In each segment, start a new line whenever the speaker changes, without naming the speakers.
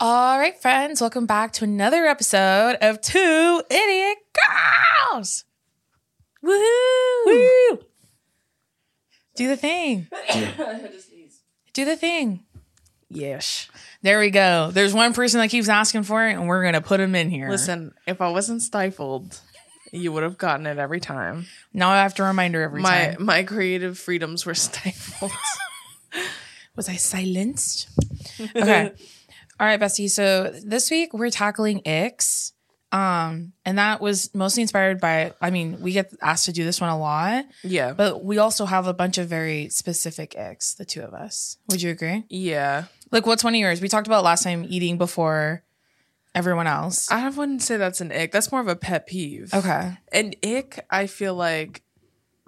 All right, friends, welcome back to another episode of Two Idiot Girls. Woohoo! Woo! Do the thing. Do the thing.
Yes.
There we go. There's one person that keeps asking for it, and we're gonna put him in here.
Listen, if I wasn't stifled, you would have gotten it every time.
now I have to remind her every
my
time.
my creative freedoms were stifled.
Was I silenced? okay. All right, bestie. So this week we're tackling icks. Um, and that was mostly inspired by, I mean, we get asked to do this one a lot.
yeah.
But we also have a bunch of very specific icks, the two of us. Would you agree?
yeah.
Like, what's one of yours? We talked about last time eating before everyone else.
I wouldn't say that's an ick. That's more of a pet peeve.
okay.
An ick, I feel like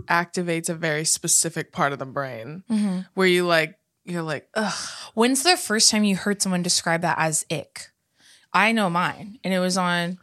activates a very specific part of the brain
Mm-hmm.
where you like you're like, ugh.
When's the first time you heard someone describe that as ick? I know mine, and it was on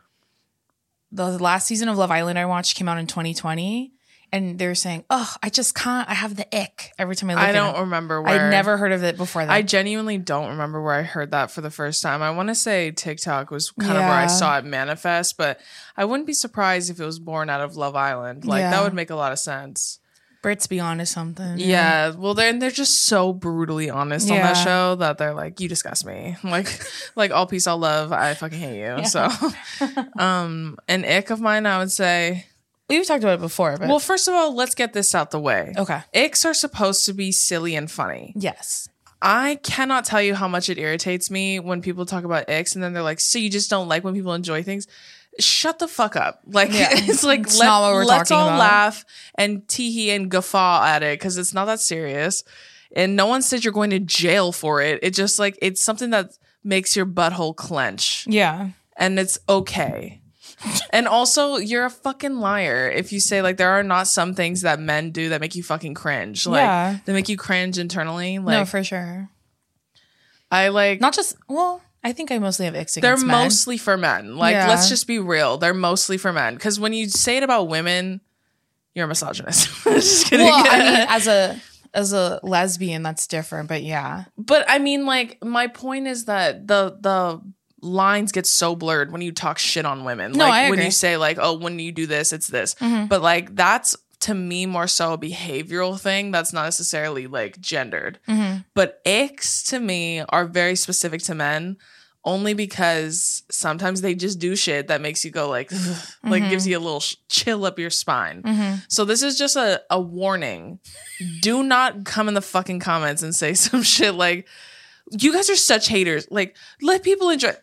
the last season of Love Island I watched came out in 2020, and they were saying, "Oh, I just can't. I have the ick every time I look."
I
at
don't
it."
remember where
I'd never heard of it before that.
I genuinely don't remember where I heard that for the first time. I want to say TikTok was kind of where
Yeah.
I saw it manifest, but I wouldn't be surprised if it was born out of Love Island. Like
Yeah.
that would make a lot of sense.
Brits be on to something.
Yeah. Well, then they're just so brutally honest on that
Yeah.
show that they're like, "You disgust me." Like, like all peace, all love. I fucking hate you. So, um, an ick of mine, I would say.
we've talked about it before, but
Well, first of all, let's get this out the way.
okay,
Icks are supposed to be silly and funny.
yes,
I cannot tell you how much it irritates me when people talk about icks and then they're like, so you just don't like when people enjoy things. Shut the fuck up. Like,
Yeah.
it's like,
It's
let,
not what we're
let's
talking
all
about.
laugh and tee hee and guffaw at it because it's not that serious. And no one said you're going to jail for it. It just like, it's something that makes your butthole clench
yeah.
and it's okay. and also, you're a fucking liar if you say like there are not some things that men do that make you fucking cringe. Like,
Yeah.
they make you cringe internally. Like,
no, for sure.
I like.
Not just well. I think I mostly have icks against
They're
men.
mostly for men. Like,
Yeah.
let's just be real. They're mostly for men. Because when you say it about women, you're a misogynist. just kidding.
Well, I mean, as a as a lesbian, that's different. But yeah,
but I mean, like, my point is that the the lines get so blurred when you talk shit on women.
No,
like
I
when
agree. Mm-hmm.
you say like, oh, when you do this, it's this. But like that's to me more so a behavioral thing that's not necessarily like gendered.
Mm-hmm,
But icks to me are very specific to men only because sometimes they just do shit that makes you go like like gives you a little sh- chill up your spine.
mm-hmm.
So this is just a a warning. do not come in the fucking comments and say some shit like you guys are such haters. Like let people enjoy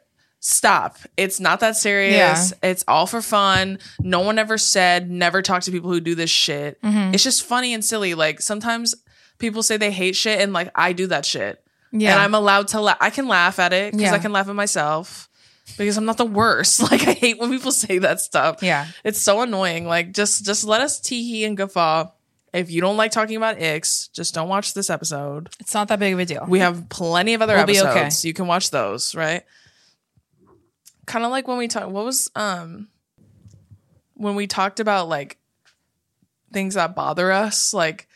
Stop. It's not that serious. It's all for fun. No one ever said never talk to people who do this shit. It's just funny and silly. Like sometimes people say they hate shit and like I do that shit.
yeah.
And I'm allowed to laugh. I can laugh at it because
Yeah.
I can laugh at myself because I'm not the worst. Like I hate when people say that stuff.
Yeah.
It's so annoying. Like just just let us tee hee and guffaw. If you don't like talking about icks, just don't watch this episode.
it's not that big of a deal.
We have plenty of other
We'll be
episodes.
okay.
You can watch those, right? Kind of like when we talked what was um when we talked about like things that bother
Mm-hmm.
us, like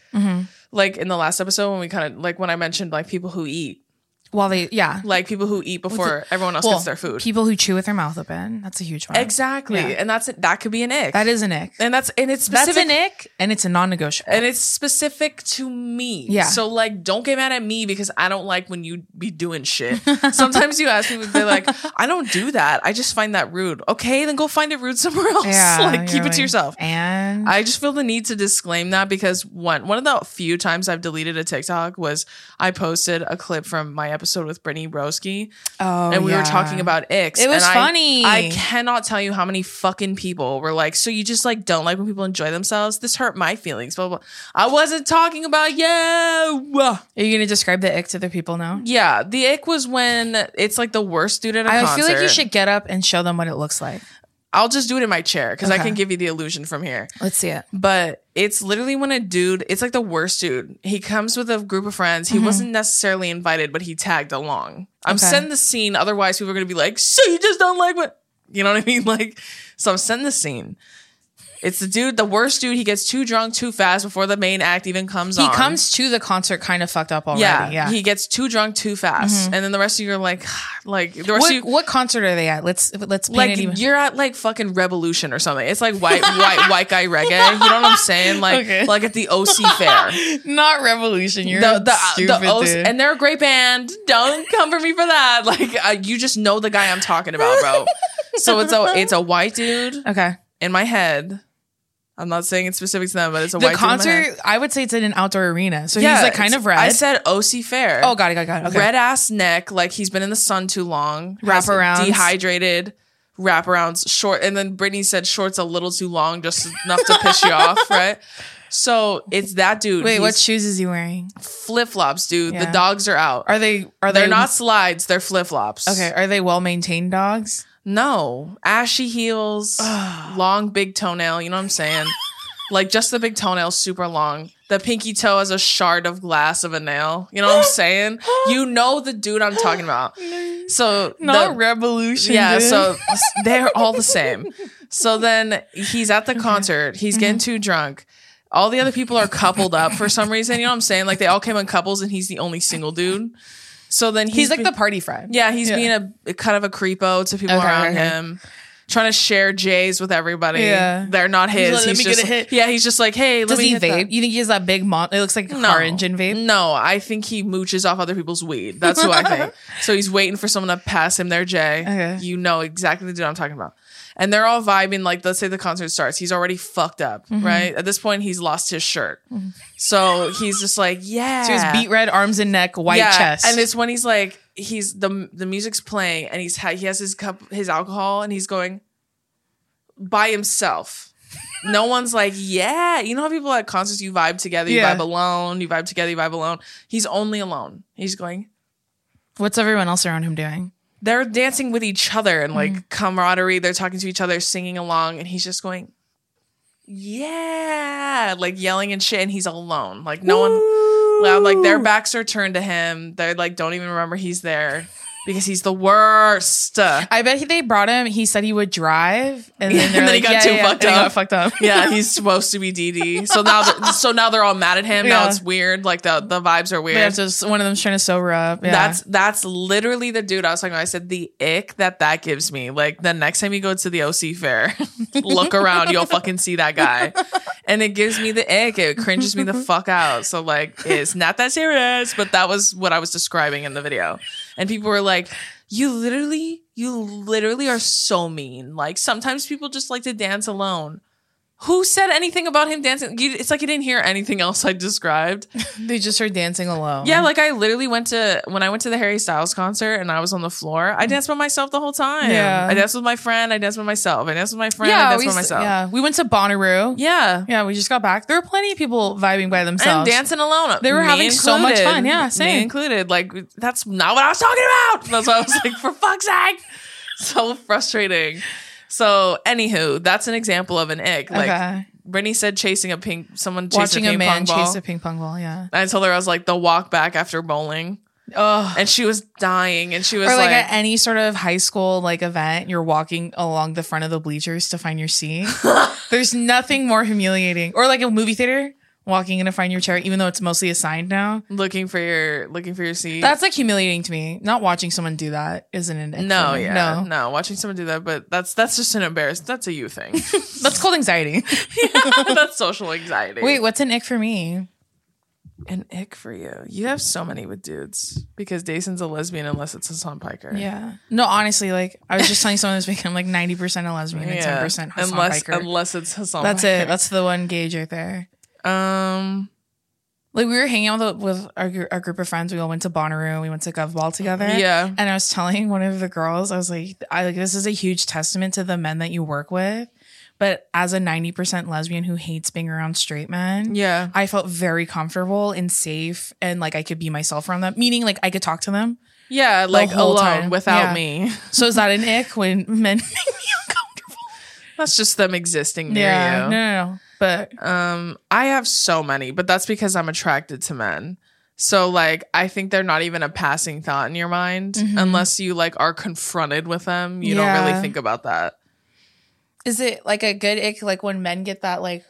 like in the last episode when we kind of like when I mentioned like people who eat.
While they, yeah.
like people who eat before everyone else
Well,
gets their food.
People who chew with their mouth open. That's a huge one.
exactly,
Yeah.
and that's that could be an ick.
That is an ick.
and that's and it's
That's
specific
an ick and it's a non negotiable.
and it's specific to me.
Yeah.
So like, don't get mad at me because I don't like when you be doing shit. Sometimes you ask me, they're like, I don't do that. I just find that rude. Okay, then go find it rude somewhere else. like, keep
you're
it to yourself.
And
I just feel the need to disclaim that because one one of the few times I've deleted a TikTok was I posted a clip from my episode with Brittany Broski
oh,
and we
yeah.
were talking about icks.
It was
and I-
funny.
I cannot tell you how many fucking people were like, "So you just like don't like when people enjoy themselves? This hurt my feelings." Blah blah. blah." I wasn't talking about you.
Are you going to describe the ick to the people now?
Yeah, the ick was when it's like the worst student. at a
I feel like you
concert.
should get up and show them what it looks like.
I'll just do it in my chair because I
Okay.
can give you the illusion from here.
Let's see it.
but it's literally when a dude it's like the worst dude he comes with a group of friends he wasn't necessarily invited but he tagged along i'm
Mm-hmm. Okay.
setting the scene otherwise people are going to be like so you just don't like what you know what i mean like so i'm setting the scene it's the dude the worst dude he gets too drunk too fast before the main act even comes
He
on
comes to the concert kind of fucked up already.
yeah,
Yeah. Mm-hmm.
he gets too drunk too fast and then the rest of you are like like the rest
what,
of you
what concert are they at? Let's let's paint
like
it even.
you're at like fucking revolution or something. It's like white white white guy reggae. You know what I'm saying? Like
Okay.
like at the OC fair.
Not Revolution. You're
the the, the O's, and they're a great band. Don't come for me for that. Like uh, you just know the guy I'm talking about, bro. so it's a it's a white dude
okay.
in my head. I'm not saying it's specific to them, but it's a
The
white Dude in my head.
concert, I would say it's in an outdoor arena. So he's like kind
it's-
of red.
I said OC Fair.
oh, got it, got it, got it. Okay.
red ass neck, like he's been in the sun too long. has
Wraparounds.
dehydrated. Wraparounds, short, and then Brittany said shorts a little too long, just enough to piss you off, right? So it's that dude.
Wait, what shoes is he wearing?
flip flops, dude? The
Yeah.
dogs are out.
Are they are
They're
they
not slides, they're flip flops.
okay? Are they well maintained dogs?
No. Ashy heels, long big toenail, you know what I'm saying? like just the big toenail super long. The pinky toe has a shard of glass of a nail. You know what I'm saying? You know the dude I'm talking about. So the-
revolution.
yeah, so they're all the same. So then he's at the concert, he's
Mm-hmm.
getting too drunk. All the other people are coupled up for some reason. You know what I'm saying? Like they all came in couples and he's the only single dude. So then
he's like
be-
the party friend.
yeah, he's
Yeah.
being a, a kind of a creepo to people
Okay,
around
okay.
him, trying to share J's with everybody.
Yeah.
They're not his.
like, "Let
he's
me get
just,
a hit."
Yeah, he's just like, hey, let
Does
me
he vape?
hit that.
You think he has that big mon? It looks like a
No.
car engine vape.
No, I think he mooches off other people's weed. That's who I think. So he's waiting for someone to pass him their J.
Okay.
You know exactly the dude I'm talking about. And they're all vibing. Like, let's say the concert starts. He's already fucked up,
Mm-hmm.
right? At this point, he's lost his shirt. So he's just like, yeah.
So he's beat red, arms and neck, white chest.
And it's when he's like, he's the the music's playing, and he's ha- he has his cup, his alcohol, and he's going by himself. no one's like, yeah. You know how people at concerts you vibe together, you
Yeah.
vibe alone, you vibe together, you vibe alone. He's only alone. He's going.
what's everyone else around him doing?
They're dancing with each other and like camaraderie. They're talking to each other, singing along, and he's just going, yeah, like yelling and shit. And he's alone. Like no one. loud. Like their backs are turned to him. They're like don't even remember he's there because he's the worst. Yeah,
I bet he, they brought him. He said he would drive, and then, they're
And then he
like,
got
yeah,
too
yeah,
fucked
and
up.
He got fucked up.
he's supposed to be DD. So now, they're- so now they're all mad at him. Now
Yeah.
it's weird. Like the the vibes are weird.
Yeah, just one of them's trying to sober up. Yeah.
That's that's literally the dude I was talking about. I said the ick that that gives me. Like the next time you go to the OC fair, look around, you'll fucking see that guy, and it gives me the ick. It cringes me the fuck out. So like, it's not that serious, but that was what I was describing in the video, and people were like, "You literally, you literally are so mean." Like sometimes people just like to dance alone. Who said anything about him dancing? You, it's like you didn't hear anything else I described.
they just are dancing alone.
Yeah, like I literally went to when I went to the Harry Styles concert and I was on the floor. I danced by myself the whole time.
Yeah.
I danced with my friend. I danced with myself. I danced with my friend. I
yeah,
danced
we,
with myself. Yeah,
yeah. We went to Bonnaroo. Yeah, we just got back. There were plenty of people vibing by
and
themselves.
dancing alone.
They were having so much
included.
fun. Yeah, same.
me included. Like that's not what I was talking about. That's why I was like, for fuck's sake, so frustrating. So, anywho, that's an example of an ick. Like
okay.
Brittany said, chasing a ping, someone chasing
Watching
a,
a,
ping
man
pong ball.
chase a ping pong ball. Yeah.
I told her I was like the walk back after bowling,
Oh.
and she was dying, and she was
Or like,
like
at any sort of high school like event, you're walking along the front of the bleachers to find your seat. There's nothing more humiliating. Or like a movie theater walking in to find your chair, even though it's mostly assigned now.
looking for your looking for your seat.
That's like humiliating to me. Not watching someone do that isn't an ick
no,
for me.
yeah, no.
no.
Watching someone do that, but that's that's just an embarrassment. That's a you thing.
That's called anxiety.
that's social anxiety.
Wait, what's an ick for me?
an ick for you? You have so many with dudes because Dayson's a lesbian unless it's a Hassan Piker.
Yeah. No, honestly, like I was just telling someone this week, I'm like 90% a lesbian and 10% Hassan
unless
Piker.
unless it's Hassan.
That's
Piker.
it. That's the one gauge right there.
Um,
Like we were hanging out with, with our, gr- our group of friends. We all went to Bonnaroo. We went to Gov Ball together.
yeah,
And I was telling one of the girls, I was like, I like this is a huge testament to the men that you work with. But as a 90% lesbian who hates being around straight men,
yeah.
I felt very comfortable and safe and like I could be myself around them. Meaning like I could talk to them.
Yeah, like
whole
alone
time. Yeah.
without me.
So is that an ick when men make me uncomfortable?
That's just them existing near you.
No, no, no. But
Um, I have so many, but that's because I'm attracted to men. So like I think they're not even a passing thought in your mind
Mhm.
unless you like are confronted with them. You don't
Yeah.
really think about that.
is it like a good ick like when men get that like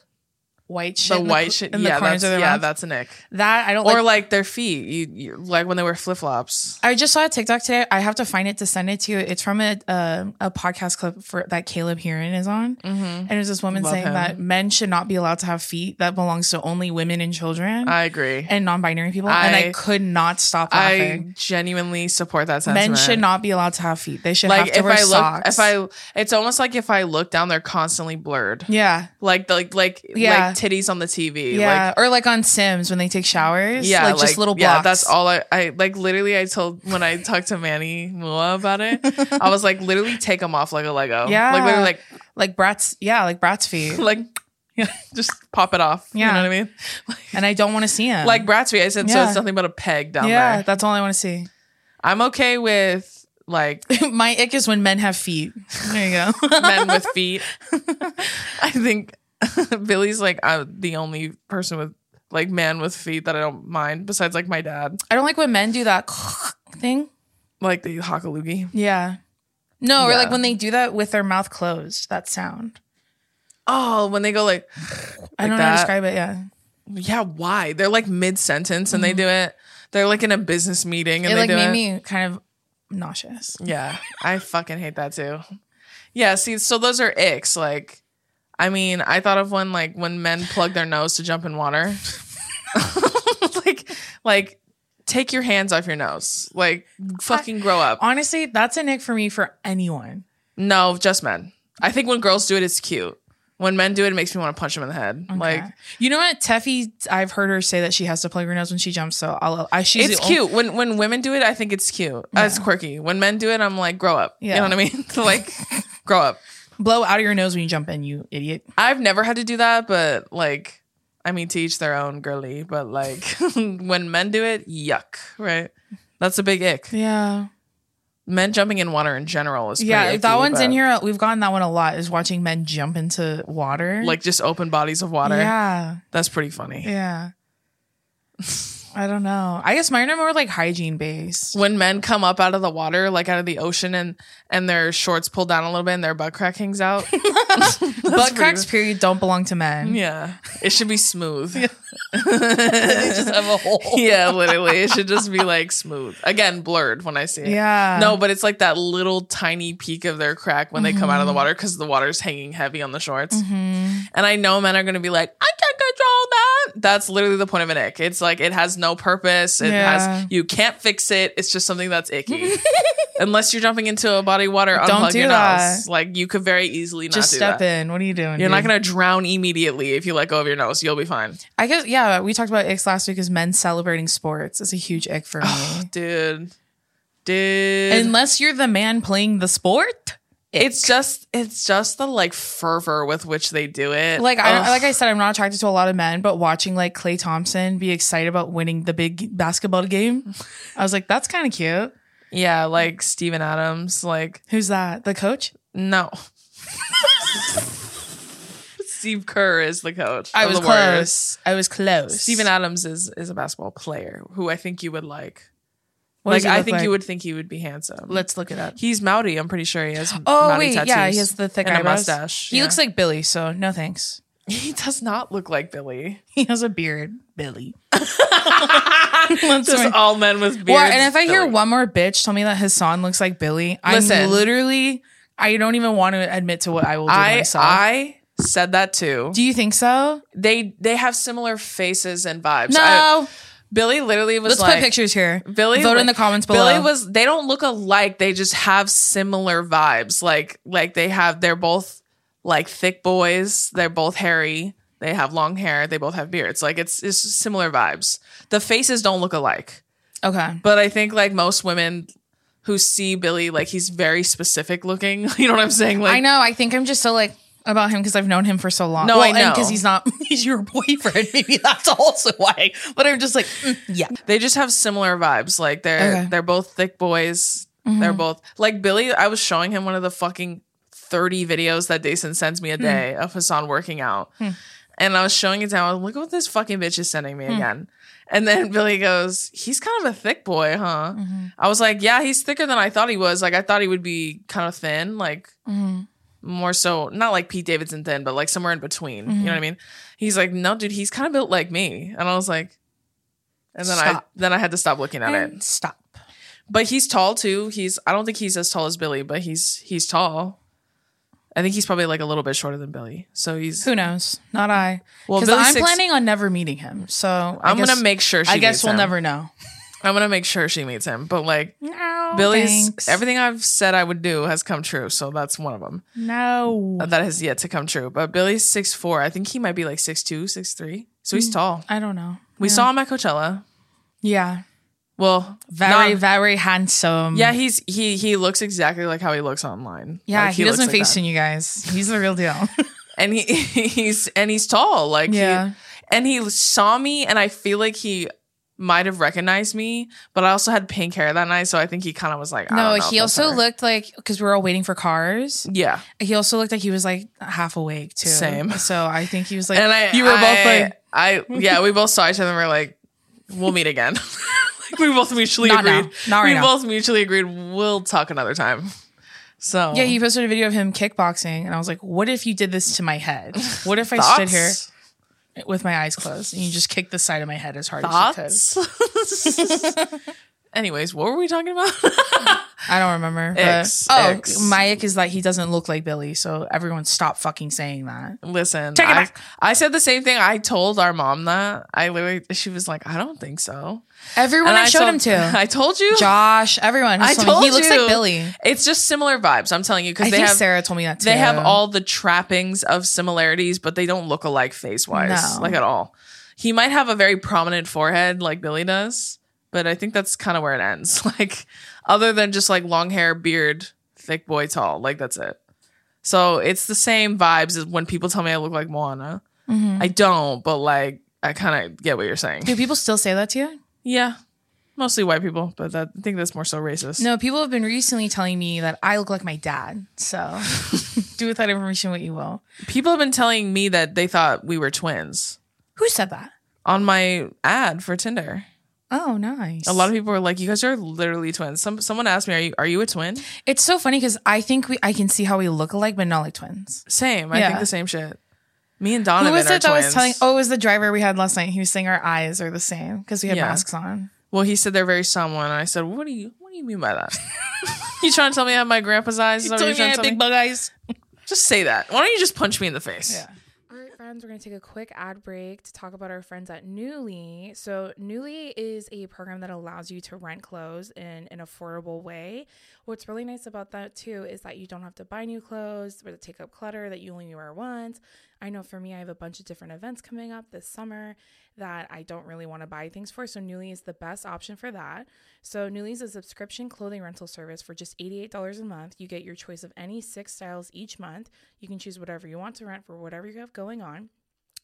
white shit?
the
in
white
cor-
shit,
in the
yeah,
corners
that's
of their
yeah,
mouth?
that's an ick.
that I don't
Or
like.
like their feet, you, you like when they wear flip flops.
I just saw a TikTok today. I have to find it to send it to you. It's from a uh, a podcast clip for that Caleb Heron is on,
Mm-hmm.
and there's this woman
Love
saying
him.
that men should not be allowed to have feet that belongs to only women and children
I agree.
Mm-hmm. and non-binary people. and I
I-
could not stop
I
laughing.
genuinely support that sentiment.
Men should not be allowed to have feet. They should
like
have to
if
wear
I look,
socks.
if I, it's almost like if I look down, they're constantly blurred.
yeah,
Like the like like,
Yeah.
like titties on the TV.
yeah,
Like,
or like on Sims when they take showers.
yeah,
like, just little blocks.
Yeah, that's all I, I like. Literally, I told when I talked to Manny Mua about it, I was like, literally take them off like a Lego.
Yeah.
like literally, like
like brats yeah like brats feet
like just pop it off.
Yeah.
you know what I mean?
and i don't want to see him
Like Bratsby, I said, so
Yeah.
it's nothing but a peg down
yeah
there.
that's all i want to see
I'm okay with like
my ick is when men have feet there you go
men with feet. I think Billy's like I'm the only person with like man with feet that I don't mind besides like my dad.
i don't like when men do that thing
Like the Hakalugi.
yeah no or
Yeah.
like when they do that with their mouth closed that sound
Oh, when they go like,
i don't know how to
that.
describe it yeah
yeah, why? They're like mid sentence and they do it. They're like in a business meeting and
Mm-hmm. it
they
like
do
made
it.
me kind of nauseous
Yeah, I fucking hate that too. Yeah, see, so those are icks. Like, I mean, I thought of one like when men plug their nose to jump in water. like, like, take your hands off your nose. Like, fucking grow up.
honestly that's an ick for me for anyone
No, just men. I think when girls do it, it's cute. When men do it, it makes me want to punch them in the head. Like,
Okay. you know what teffy i've heard her say that she has to plug her nose when she jumps so i'll i she's
it's
the only-
cute when when women do it. I think it's cute. Uh, it's quirky. When men do it, I'm like, grow up.
Yeah.
You know what I mean? like, grow up.
blow out of your nose when you jump in you idiot
I've never had to do that, but like, I mean, to each their own, girly. But like, when men do it, yuck, right? That's a big ick.
yeah
Men jumping in water in general is pretty
Yeah, if that
icky,
one's in
but,
here. We've gotten that one a lot. Is watching men jump into water,
Like just open bodies of water.
Yeah,
That's pretty funny.
yeah. I don't know. I guess mine are more like hygiene based.
When men come up out of the water, like out of the ocean, and and their shorts pulled down a little bit and their butt crack hangs out.
Butt cracks, period, don't belong to men.
yeah, it should be smooth.
they just have a hole.
yeah, literally. It should just be like smooth. Again, blurred when I see it.
Yeah.
No, but it's like that little tiny peak of their crack when they come
Mm-hmm.
out of the water because the water's hanging heavy on the shorts. And I know men are going to be like, I can't control that. That's literally the point of an ick. It's like it has no purpose. It
Yeah.
has you can't fix it. It's just something that's icky. Unless you're jumping into a body of water,
Don't
unplug
do
your
that.
nose. Like you could very easily not
just
do
step
that.
in. What are you doing?
You're not
dude?
going to drown immediately if you let go of your nose. You'll be fine.
I guess. Yeah, we talked about icks last week. Is men celebrating sports is a huge ick for me.
Dude. Dude.
Unless you're the man playing the sport.
It's just it's just the like fervor with which they do it.
Like I
Ugh.
like I said, I'm not attracted to a lot of men, but watching like Clay Thompson be excited about winning the big basketball game, I was like, that's kind of cute.
yeah, like Steven Adams, like
Who's that? The coach?
no. Steve Kerr is the coach.
I
of
was
the Warriors.
close. I was close.
Steven Adams is is a basketball player who I think you would like.
What does
like
he
I
look
think
like?
you would think he would be handsome.
Let's look it up.
He's Maori. I'm pretty sure he has.
Oh
Maori
wait,
tattoos
yeah, he has the thick
and a
eyebrows.
mustache.
He looks like Billy, so no thanks.
He does not look like Billy.
He has a beard, Billy.
Just
right.
all men with beards.
Well, and if I hear
Billy.
one more bitch tell me that his son looks like Billy, I'm
Listen.
literally, I don't even want to admit to what I will do
I
myself.
I said that too.
do you think so?
they they have similar faces and vibes.
No.
I- Billy literally was
Let's
like
put pictures here.
Billy
Vote in the
like-
comments below.
Billy was they don't look alike. They just have similar vibes. Like like they have they're both like thick boys. They're both hairy. They have long hair. They both have beards. Like it's it's similar vibes. The faces don't look alike.
okay.
But I think like most women who see Billy like he's very specific looking. You know what I'm saying? Like
I know. I think I'm just so like about him because I've known him for so long.
No, I know.
because he's not he's your boyfriend. Maybe that's also why. But I'm just like, mm, yeah.
they just have similar vibes. Like they're
Okay.
they're both thick boys. They're both like Billy. I was showing him one of the fucking thirty videos that Jason sends me a day of Hassan working out, and I was showing it to him. I was like, "Look what this fucking bitch is sending me again." And then Billy goes, "He's kind of a thick boy, huh?" I was like, "Yeah, he's thicker than I thought he was. Like I thought he would be kind of thin, like."
Mm-hmm.
More so, not like Pete Davidson thin, but like somewhere in between.
Mm-hmm.
You know what I mean? He's like, no, dude, he's kind of built like me, and I was like, and then I
Stop. Mm.
then I had to stop looking at
And
it.
stop.
But he's tall too. He's I don't think he's as tall as Billy, but he's he's tall. I think he's probably like a little bit shorter than Billy. So he's
Who knows? Not I.
Well,
Because
Billy's
I'm
six-
planning on never meeting him. So I
I'm
guess-
gonna make sure she
I guess
meets
we'll
him.
never know.
I'm gonna make sure she meets him. But like
No,
Billy's
Oh, thanks.
everything I've said I would do has come true. So that's one of them.
No,
That has yet to come true. But Billy's six four. I think he might be like six two, six three. So
Hmm.
he's tall.
I don't know.
We saw him at Coachella.
Yeah,
Well
very,
not-
very handsome.
Yeah, he's he he looks exactly like how he looks online.
yeah.
Like,
he,
looks
doesn't
like
face
that.
tune, you guys. He's the real deal.
and he he's and he's tall like he-
Yeah.
and he saw me and i feel like he might have recognized me but i also had pink hair that night so i think he kind of was like I
no,
don't know
he
if that's
also
her.
looked like because we were all waiting for cars.
yeah
He also looked like he was like half awake too.
Same.
So I think he was like.
and i
you were both
I-
like
i yeah we both saw each other and we're like we'll meet again Like, we both mutually
Not now.
agreed
Not right
we
now.
both mutually agreed we'll talk another time so
Yeah, he posted a video of him kickboxing, and I was like, "What if you did this to my head? What if I stood
thoughts
here with my eyes closed and you just kicked the side of my head as hard as you
thoughts anyways what were we talking about
could?" I don't remember. but-
X,
oh,
X.
my ick is that he doesn't look like Billy, so everyone stop fucking saying that.
Listen,
Take it
I,
back.
I said the same thing. I told our mom that. I literally, she was like, I don't think so.
Everyone I, showed
told-
him to,
I told you.
Josh, everyone.
I
I
told
he looks
you.
like Billy.
It's just similar vibes. I'm telling you
I
because they
think
have
Sarah told me that too.
they have all the trappings of similarities, but they don't look alike face wise,
No.
like at all. He might have a very prominent forehead like Billy does, but I think that's kind of where it ends. Like, other than just like long hair, beard, thick boy, tall, like that's it. So it's the same vibes as when people tell me I look like Moana.
Mhm.
I don't, but like I kind of get what you're saying.
Do people still say that to you?
Yeah, mostly white people, but that, I think that's more so racist.
No, people have been recently telling me that I look like my dad. So do with that information what you will.
People have been telling me that they thought we were twins
Who said that?
on my ad for Tinder.
Oh, nice.
A lot of people were like, "You guys are literally twins." Some someone asked me, "Are you are you a twin?"
It's so funny because I think we I can see how we look alike, but not like twins.
Same. I
Yeah.
think the same shit. Me and Donovan
Who was
are
it that
twins.
was telling? Oh, it was the driver we had last night. He was saying our eyes are the same because we had
Yeah.
masks on.
Well, he said they're very someone, and I said, "What do you what do you mean by that?" you trying to tell me I have my grandpa's eyes? Is that what you're trying to tell me?
bug eyes.
just say that. Why don't you just punch me in the face?
Yeah.
All right, friends, we're going to take a quick ad break to talk about our friends at Newly. So, Newly is a program that allows you to rent clothes in an affordable way. What's really nice about that, too, is that you don't have to buy new clothes or to take up clutter that you only wear once. I know for me, I have a bunch of different events coming up this summer that I don't really want to buy things for. So, Newly is the best option for that. So, Newly is a subscription clothing rental service for just $88 a month. You get your choice of any six styles each month. You can choose whatever you want to rent for whatever you have going on.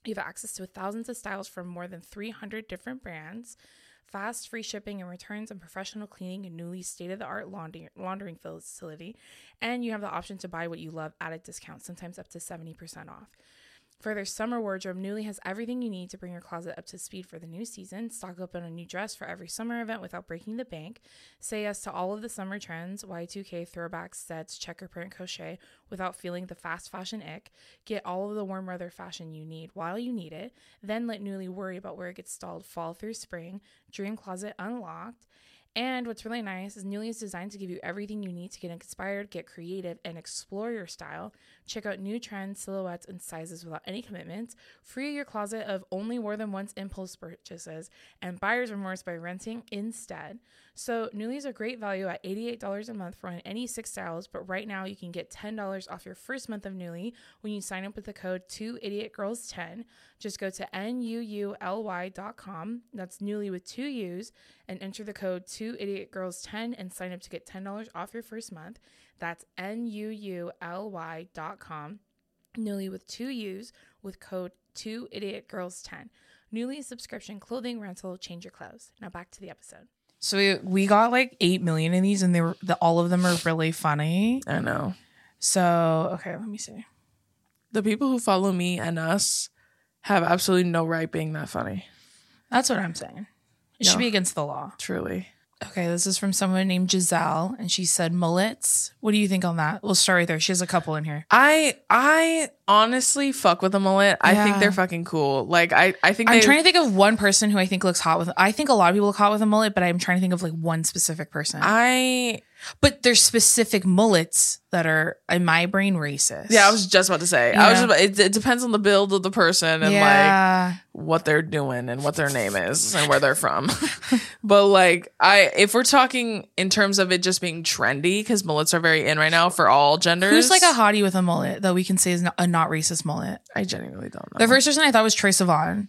You have access to thousands of styles from more than 300 different brands. Fast, free shipping and returns and professional cleaning and newly state of the art laundering facility. And you have the option to buy what you love at a discount, sometimes up to 70% off. For their summer wardrobe, Newly has everything you need to bring your closet up to speed for the new season. Stock up on a new dress for every summer event without breaking the bank. Say yes to all of the summer trends, Y2K throwback sets, checker print crochet, without feeling the fast fashion ick. Get all of the warm weather fashion you need while you need it. Then let Newly worry about where it gets stalled fall through spring. Dream closet unlocked. And what's really nice is Newly is designed to give you everything you need to get inspired, get creative, and explore your style. Check out new trends, silhouettes, and sizes without any commitments. Free your closet of only wore them once impulse purchases and buyer's remorse by renting instead. So Newly is a great value at $88 a month for on any six styles, but right now you can get $10 off your first month of Newly when you sign up with the code 2idiotgirls10. Just go to nuuly.com, that's Newly with two U's, and enter the code 2idiotgirls10 and sign up to get $10 off your first month. That's nuuly.com. Newly with two U's with code 2idiotgirls10. Newly subscription clothing rental, change your clothes. Now back to the episode.
So we, we got like eight million of these, and they were the, all of them are really funny.
I know.
So okay, let me see.
The people who follow me and us have absolutely no right being that funny.
That's what I'm saying. It should
No.
be against the law.
Truly.
Okay, this is from someone named Giselle, and she said mullets. What do you think on that? We'll start right there. She has a couple in here.
I I honestly fuck with a mullet. I
Yeah.
think they're fucking cool. Like I I think
I'm
they,
trying to think of one person who I think looks hot with. I think a lot of people look hot with a mullet, but I'm trying to think of like one specific person.
I
but there's specific mullets that are in my brain racist.
yeah. I was just about to say. I was.
Yeah.
Just about, it, it depends on the build of the person and like
yeah.
what they're doing and what their name is and where they're from. but like I if we're talking in terms of it just being trendy cuz mullets are very in right now for all genders.
Who's like a hottie with a mullet that we can say is not, a not racist mullet?
I genuinely don't know.
The first person I thought was Troy Sivan.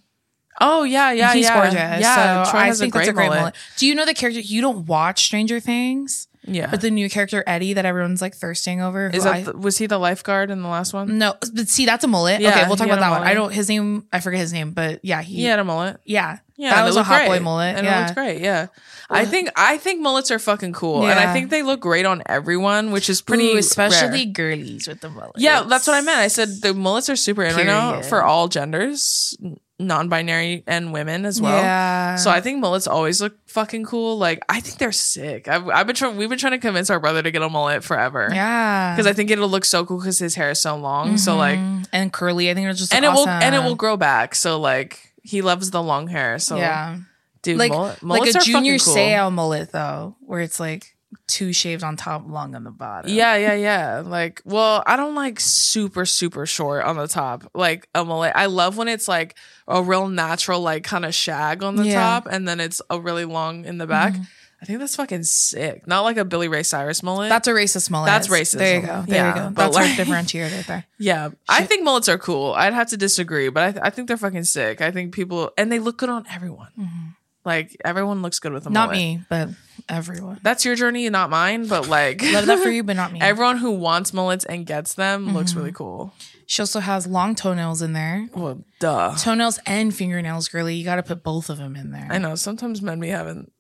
oh yeah, yeah,
He's
yeah.
gorgeous.
Yeah,
so
Troy
I
has
think
a
that's
great
a great mullet.
mullet.
Do you know the character? You don't watch Stranger Things,
Yeah.
but the new character Eddie that everyone's like thirsting over. who
is that
I- Mm,
the- was he the lifeguard in the last one?
no? But see, that's a mullet.
Yeah,
okay, we'll talk
he had
about that
a
one. I
mullet.
don't. His name, I forget his name, but yeah,
He
he.
had a mullet.
yeah.
Yeah,
That
and
was
they
a
look
hot boy
great.
mullet,
And
yeah.
it looked great. Yeah, I think I think mullets are fucking cool, and
Yeah.
I think they look great on everyone, which is pretty
Ooh,
rare.
especially girlies with the mullet.
Yeah, that's what I meant. I said the mullets are super in right now
Period.
for all genders, n- non-binary and women as well.
Yeah.
So I think mullets always look fucking cool. Like I think they're sick. I've, I've been trying. We've been trying to convince our brother to get a mullet forever.
yeah,
Because I think it'll look so cool because his hair is so long. So like,
Mhm. and curly. I think it'll just
and it
look
will and it
awesome.
will grow back. So like, he loves the long hair. So
yeah.
dude,
like
mullet,
like
mullets
a
are
junior
fucking cool.
sale mullet though, where it's like two shaved on top, long on the bottom.
Yeah, yeah, yeah. Like, well, I don't like super, super short on the top, like a mullet. I love when it's like a real natural, like kind of shag on the
Yeah. Mm-hmm.
top, and then it's a really long in the back. I think that's fucking sick. Not like a Billy Ray Cyrus mullet.
that's a racist mullet.
That's racism.
There you go. There
Yeah,
you go.
but
That's
like-
our differentiator right there.
yeah. I think mullets are cool. I'd have to disagree, but I, th- I think they're fucking sick. I think people and they look good on everyone. Like everyone looks good with a
Mm-hmm. Not
mullet.
me, but everyone.
That's your journey, not mine. But like,
Love that for you, Mm-hmm. but not me.
everyone who wants mullets and gets them looks really cool.
she also has long toenails in there.
Well, duh.
Toenails and fingernails, girly. You got to put both of them in there.
I know sometimes men be having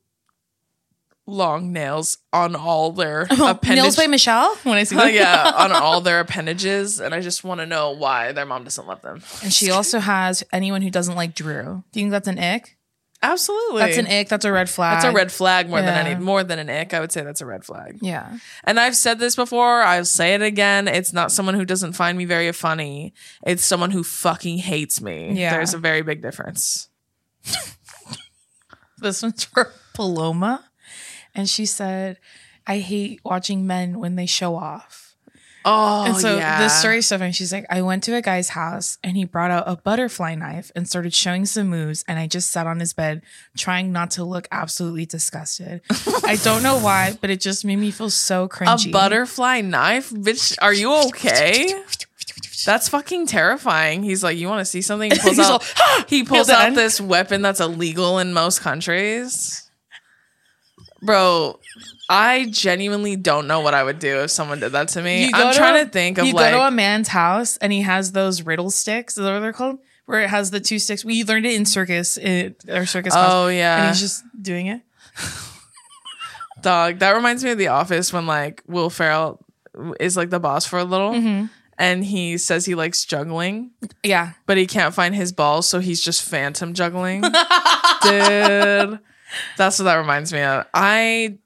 long nails on all their
Nails
appendages.
by Michelle. When I see that,
Oh, yeah, on all their appendages, and I just want to know why their mom doesn't love them.
And she also has anyone who doesn't like Drew. Do you think that's an ick?
Absolutely,
That's an ick. That's a red flag.
That's a red flag more
Yeah.
than any more than an ick. I would say that's a red flag.
Yeah.
And I've said this before. I'll say it again. It's not someone who doesn't find me very funny. It's someone who fucking hates me.
Yeah.
there's a very big difference.
This one's for Paloma. And she said, I hate watching men when they show off.
Oh,
and so
yeah.
this story stuff, and she's like, I went to a guy's house and he brought out a butterfly knife and started showing some moves. And I just sat on his bed trying not to look absolutely disgusted. I don't know why, but it just made me feel so
A
cringy.
butterfly knife, bitch. Are you okay? That's fucking terrifying. He's like, you want to see something? He pulls
He's
out. he pulls
He'll
out
bend.
this weapon that's illegal in most countries. Bro, I genuinely don't know what I would do if someone did that to me.
You go
I'm trying
a-
to think of
you
like.
go to a man's house and he has those riddle sticks. Is that what they're called? Where it has the two sticks. We learned it in circus, in our circus class.
oh yeah,
and he's just doing it. Mm-hmm.
dog. That reminds me of The Office when like Will Ferrell is like the boss for a little, and he says he likes juggling,
Yeah.
but he can't find his balls, so he's just phantom juggling. Dude, that's what that reminds me of. I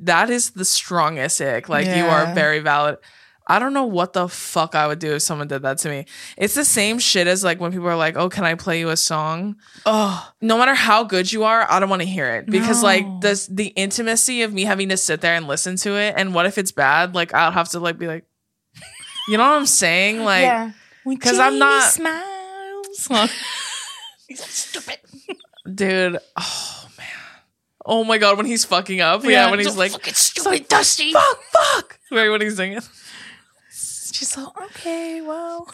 that is the strongest ick. Like you
Yeah.
are very valid. I don't know what the fuck I would do if someone did that to me. It's the same shit as like when people are like, "Oh, can I play you a song?"
Oh,
No matter how good you are, I don't want to hear it because
No.
like this the intimacy of me having to sit there and listen to it and what if it's bad? Like I'll have to like be like You know what I'm saying? Like
yeah.
'cause I'm
Jamie
not-
smiles. Stupid.
Dude, oh man. Oh my god, when he's fucking up. Yeah, when he's like,
stupid, dusty.
fuck, fuck. Right when he's singing.
She's like, okay, well,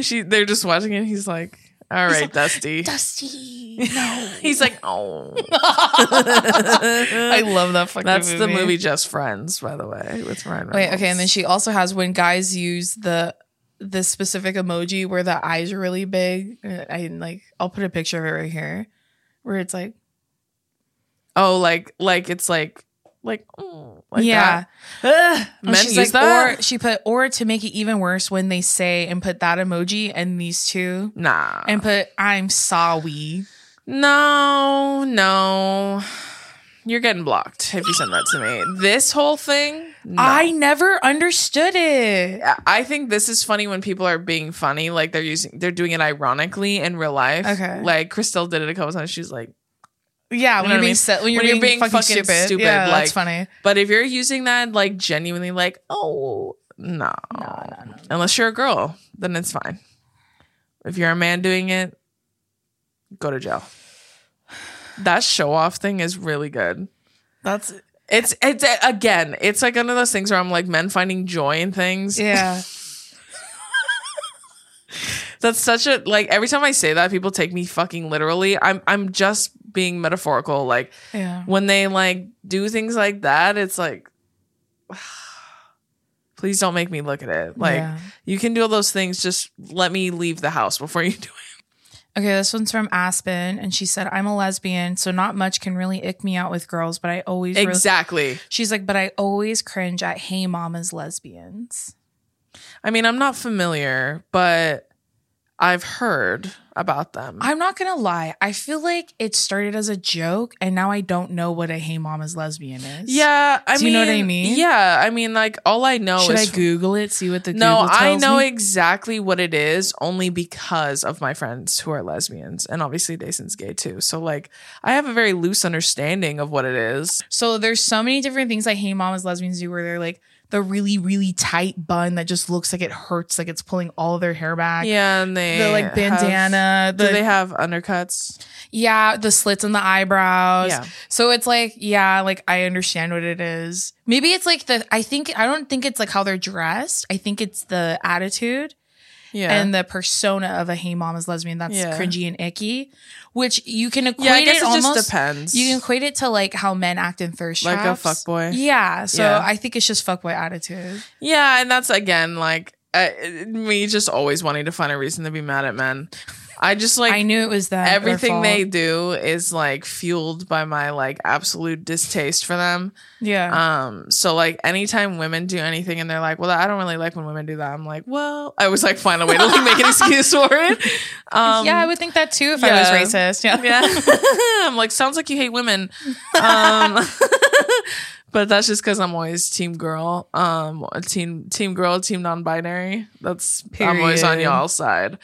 She they're just watching it. He's like, all right, Dusty.
dusty. No,
He's like, oh.
I love that fucking.
That's the movie Just Friends, by the way, with Ryan.
Wait, okay, and
Reynolds.
then she also has when guys use the the specific emoji where the eyes are really big. Uh, I like, I'll put a picture of it right here, where it's like,
Oh, like like it's like like, oh, like
yeah,
that.
And
Men
she's
use
like,
that.
Or she put, or to make it even worse, when they say and put that emoji and these two,
nah.
and put I'm sorry.
no, no. You're getting blocked if you send that to me. This whole thing, no.
I never understood it.
I- I think this is funny when people are being funny, like they're using, they're doing it ironically in real life.
Okay.
like Christelle did it a couple times. She's like,
Yeah, when
You know what
you're
I
being
mean?
se- when you're,
When
being,
you're being
fucking,
fucking
stupid.
stupid,
yeah, that's
like-
funny.
but if you're using that like genuinely, like, oh no, unless you're a girl, then it's fine. If you're a man doing it, go to jail. That show off thing is really good.
That's
It's it's again, it's like one of those things where I'm like men finding joy in things.
yeah.
That's such a like every time I say that people take me fucking literally. I'm I'm just being metaphorical. Like
Yeah.
when they like do things like that, it's like please don't make me look at it. Like
Yeah.
you can do all those things, just let me leave the house before you do it.
Okay, this one's from Aspen, and she said, "I'm a lesbian, so not much can really ick me out with girls, but I always really-"
Exactly.
She's like, but I always cringe at hey mama's lesbians.
I mean, I'm not familiar, but I've heard about them.
I'm not gonna lie. I feel like it started as a joke, and now I don't know what a hey mama's lesbian is.
yeah, I
Do you
mean,
know what I mean?
Yeah, I mean, like all I know
Should
is
I
from-
Google it? See what the
No,
Google
I
tells
know
me?
exactly what it is only because of my friends who are lesbians. And obviously, Dayson's gay too. So, like, I have a very loose understanding of what it is.
So there's so many different things like hey mama's lesbians do where they're like the really really tight bun that just looks like it hurts, like it's pulling all their hair back.
Yeah. And they,
The like
have-
bandana, the
do they have undercuts?
yeah, the slits in the eyebrows.
Yeah.
So it's like, yeah, like I understand what it is. Maybe it's like the I think I don't think it's like how they're dressed. I think it's the attitude
Yeah.
and the persona of a hey mama's lesbian that's
Yeah.
cringy and icky, which you can equate
yeah, I guess
it
it
almost
just depends.
you can equate it to like how men act in thirst
Like a
traps.
fuckboy?
Yeah. So
Yeah.
I think it's just fuckboy attitude.
yeah. And that's again, like, uh, me just always wanting to find a reason to be mad at men. I just like,
I knew it was that
everything they do is like fueled by my like absolute distaste for them.
yeah
Um, so like anytime women do anything and they're like, well, I don't really like when women do that. I'm like, well, I was like, find a way to like make an excuse for it. Um,
yeah I would think that too if
yeah.
I was racist. Yeah.
yeah. I'm like, sounds like you hate women. Um, but that's just because I'm always team girl, um, team team girl, team non-binary. That's I'm always on
Period.
y'all side.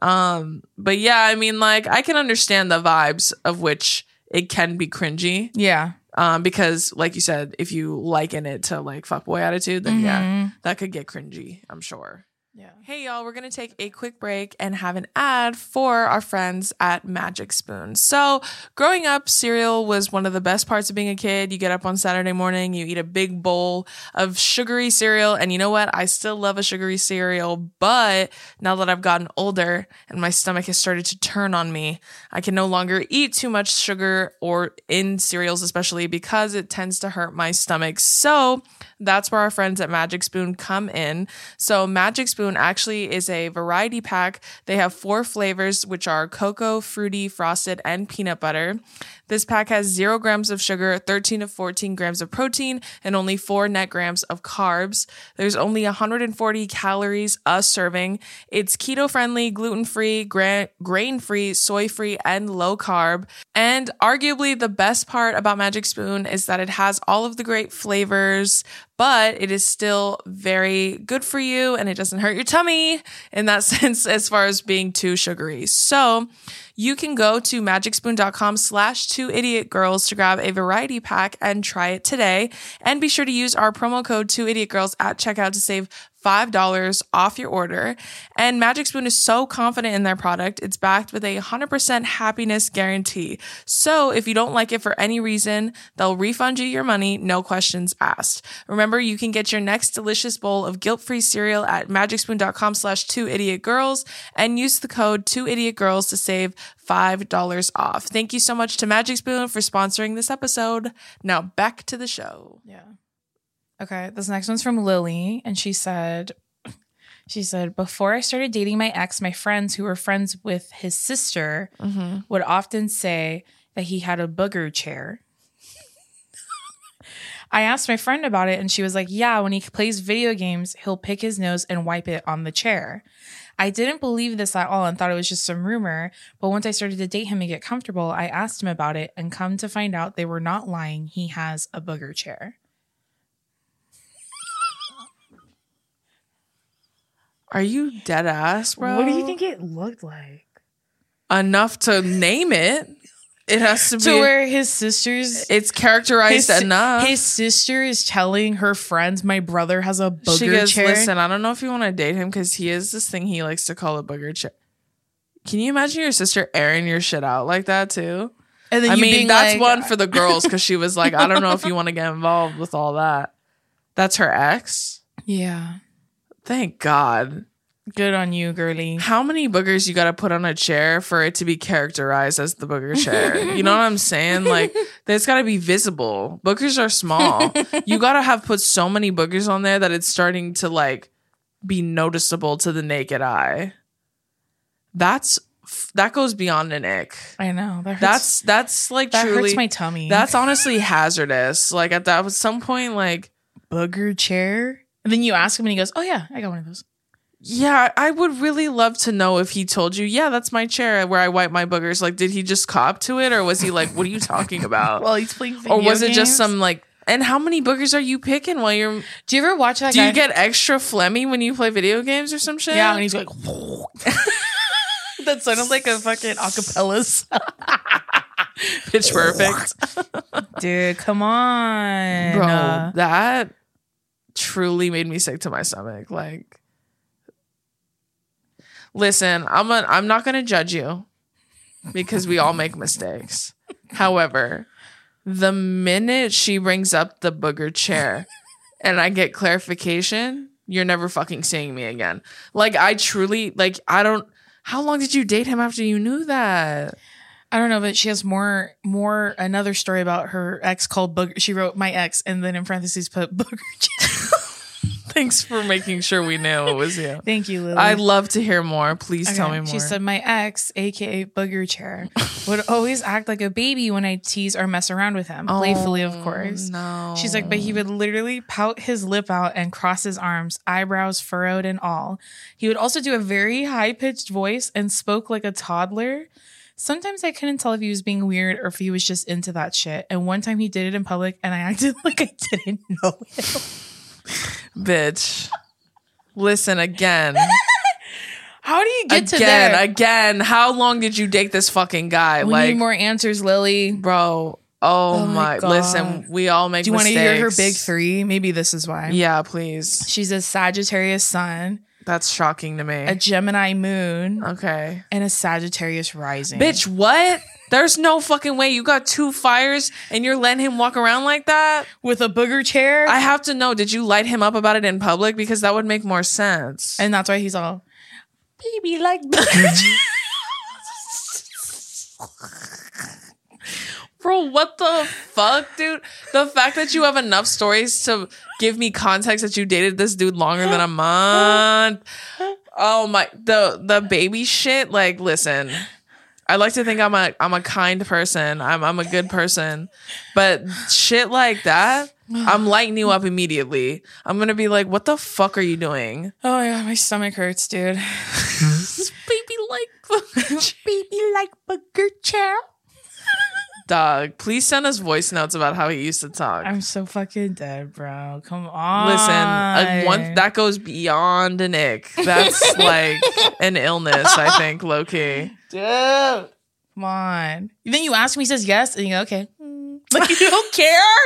Um, but yeah, I mean, like I can understand the vibes of which it can be cringy
Yeah.
um, because like you said, if you liken it to like fuckboy attitude, then yeah,
Mhm.
that could get cringy. I'm sure.
Yeah.
Hey y'all, we're gonna take a quick break and have an ad for our friends at Magic Spoon. So, growing up, cereal was one of the best parts of being a kid. You get up on Saturday morning, you eat a big bowl of sugary cereal, and you know what? I still love a sugary cereal, but now that I've gotten older and my stomach has started to turn on me, I can no longer eat too much sugar or in cereals, especially because it tends to hurt my stomach. So, that's where our friends at Magic Spoon come in. So, Magic Spoon Spoon actually is a variety pack. They have four flavors, which are cocoa, fruity, frosted, and peanut butter. This pack has zero grams of sugar, 13 to 14 grams of protein, and only four net grams of carbs. There's only 140 calories a serving. It's keto friendly, gluten free, gra- grain free, soy free, and low carb. And arguably the best part about Magic Spoon is that it has all of the great flavors, but it is still very good for you and it doesn't hurt your tummy in that sense as far as being too sugary. So you can go to magicspoon.com slash two idiot girls to grab a variety pack and try it today. And be sure to use our promo code two idiot girls at checkout to save $5 off your order. And Magic Spoon is so confident in their product, it's backed with a 100% happiness guarantee. So if you don't like it for any reason, they'll refund you your money, no questions asked. Remember, you can get your next delicious bowl of guilt-free cereal at magicspoon.com slash two idiot girls and use the code two idiot girls to save $5 off. Thank you so much to Magic Spoon for sponsoring this episode. Now back to the show.
Yeah. Okay. This next one's from Lily, and she said, she said, before I started dating my ex, my friends who were friends with his sister
Mm-hmm.
would often say that he had a booger chair. I asked my friend about it, and she was like, Yeah, when he plays video games, he'll pick his nose and wipe it on the chair. I didn't believe this at all and thought it was just some rumor, but once I started to date him and get comfortable, I asked him about it and come to find out they were not lying. He has a booger chair.
Are you dead ass, bro?
What do you think it looked like?
enough to name it. It has to be.
To where his sisters
it's characterized
his,
enough.
His sister is telling her friends, "My brother has a booger
she goes,
chair."
listen, I don't know if you want to date him because he is this thing he likes to call a booger chair. Can you imagine your sister airing your shit out like that too?
and
I
you
mean,
being
that's
like- uh,
one for the girls because she was like, I don't know if you want to get involved with all that. That's her ex.
yeah.
Thank God.
Good on you, girly.
How many boogers you got to put on a chair for it to be characterized as the booger chair? you know what I'm saying? Like, there's got to be visible. Boogers are small. you got to have put so many boogers on there that it's starting to like be noticeable to the naked eye. That's f- that goes beyond an ick.
I know that hurts,
That's that's like
that
truly
hurts my tummy.
that's honestly hazardous. Like at that at some point, like
booger chair. And then you ask him, and he goes, "Oh yeah, I got one of those."
Yeah, I would really love to know if he told you, yeah, that's my chair where I wipe my boogers. Like, did he just cop to it or was he like, what are you talking about?
he's playing.
or was it just some like, and how many boogers are you picking while you're,
Do you ever watch that?
do
guy?
you get extra phlegmy when you play video games or some shit?
Yeah, and he's like. That sounded like a fucking acapellas.
pitch perfect.
Dude, come on.
Bro,
Uh,
that truly made me sick to my stomach. Like, listen, I'm a, I'm not gonna judge you because we all make mistakes. However, the minute she brings up the booger chair and I get clarification, you're never fucking seeing me again. Like, I truly like I don't. How long did you date him after you knew that?
I don't know, but she has more more another story about her ex called Booger. She wrote my ex, and then in parentheses put Booger. Jr.
Thanks for making sure we knew it was you.
Thank you, Lily.
I'd love to hear more. Please
Okay.
tell me more.
She said my ex, aka Booger Chair, would always act like a baby when I tease or mess around with him, playfully, of
Oh,
course.
No.
She's like, but he would literally pout his lip out and cross his arms, eyebrows furrowed and all. He would also do a very high pitched voice and spoke like a toddler. Sometimes I couldn't tell if he was being weird or if he was just into that shit. And one time he did it in public and I acted like I didn't know it.
bitch. Listen again.
How do you get to
again,
there?
again. How long did you date this fucking guy?
we
like,
need more answers, Lily.
bro. Oh,
Oh my
my. Listen,
God.
we all make
Do you want
mistakes.
to hear her big three? Maybe this is why.
Yeah, please.
She's a Sagittarius sun,
That's shocking to me.
a Gemini moon,
okay.
and a Sagittarius rising.
Bitch, what? There's no fucking way you got two fires and you're letting him walk around like that?
with a booger chair.
I have to know, did you light him up about it in public? Because that would make more sense.
And that's why he's all baby like booger chair."
Bro, what the fuck, dude? The fact that you have enough stories to give me context that you dated this dude longer than a month. Oh my the the baby shit, like listen. I like to think I'm a I'm a kind person. I'm I'm a good person. But shit like that, I'm lighting you up immediately. I'm gonna be like, what the fuck are you doing?
Oh my god, my stomach hurts, dude.
baby like baby like burger chow. Dog, please send us voice notes about how he used to talk.
I'm so fucking dead, bro. Come on.
Listen, uh, once that goes beyond an ick, that's like an illness. I think, low key.
Come on. Then you ask me, he says yes, and you go, okay.
Like you don't care.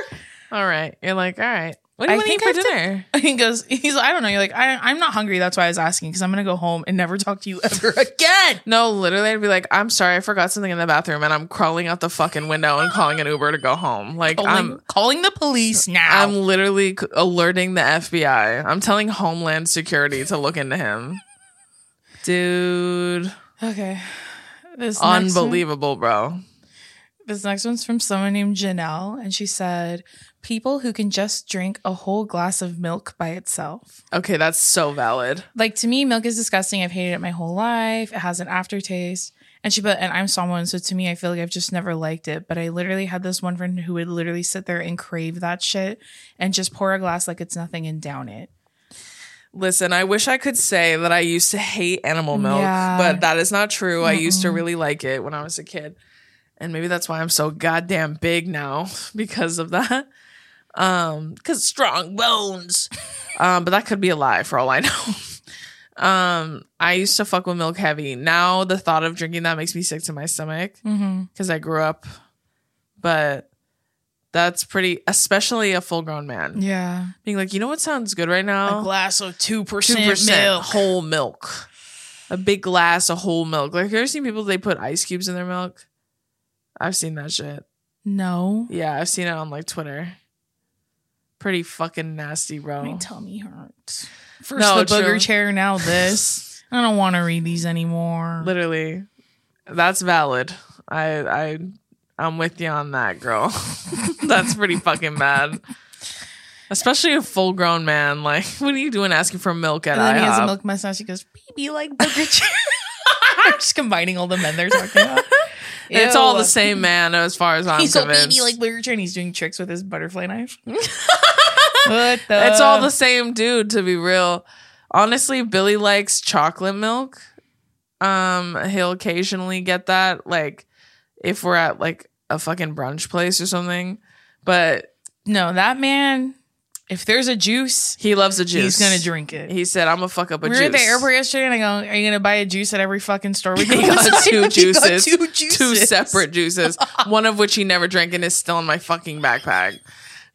All right, you're like, all right. What do
I
you want to eat
think
for
I have to-
dinner?
He goes, he's like, I don't know. You're like, I, I'm not hungry. That's why I was asking, because I'm going to go home and never talk to you ever again.
No, literally, I'd be like, I'm sorry, I forgot something in the bathroom, and I'm crawling out the fucking window and calling an Uber to go home. Like,
Calling,
I'm
calling the police now.
I'm literally c- alerting the FBI. I'm telling Homeland Security to look into him. Dude,
okay. This next one-
unbelievable, bro.
This next one's from someone named Janelle, and she said, People who can just drink a whole glass of milk by itself.
Okay, that's so valid.
Like to me, milk is disgusting. I've hated it my whole life. It has an aftertaste. And she put, and I'm someone, so to me, I feel like I've just never liked it. But I literally had this one friend who would literally sit there and crave that shit and just pour a glass like it's nothing and down it.
Listen, I wish I could say that I used to hate animal milk,
Yeah.
but that is not true. I used to
Mm-mm.
really like it when I was a kid. And maybe that's why I'm so goddamn big now because of that. Um, cuz strong bones.
Mm-hmm.
um, but that could be a lie for all I know. um, I used to fuck with milk heavy. Now the thought of drinking that makes me sick to my stomach
Mm-hmm.
cuz I grew up. But that's pretty especially a full-grown man.
Yeah.
Being like, "You know what sounds good right now?"
A glass of 2%,
Oh. two percent
milk.
whole milk, a big glass of whole milk. Like, have you ever seen people they put ice cubes in their milk? I've seen that shit.
No.
Yeah, I've seen it on like Twitter. Pretty fucking nasty, bro.
My tummy hurts. First
No,
the booger
true.
chair, now this. I don't want to read these anymore.
Literally, that's valid. I I I'm with you on that, girl. that's pretty fucking bad. Especially a full grown man. Like, what are you doing asking for milk at
and then he has a
IHOP?
milk mustache. He goes, "Baby, like booger chair." I'm just combining all the men they're talking about.
It's all
Ew.
the same man as far as I'm
He's so
convinced.
baby like booger chair, and he's doing tricks with his butterfly knife. what the?
It's all the same dude, to be real. Honestly, Billy likes chocolate milk. Um, he'll occasionally get that, like if we're at like a fucking brunch place or something. But
No, that man. If there's a juice,
he loves a
he's
juice.
gonna drink it.
He said, "I'm gonna fuck up a
we were
juice."
at the airport yesterday, and I go, "Are you gonna buy a juice at every fucking store we go?"
He got
to?"
two
He got
juices.
two juices,
Two separate juices, one of which he never drank and is still in my fucking backpack,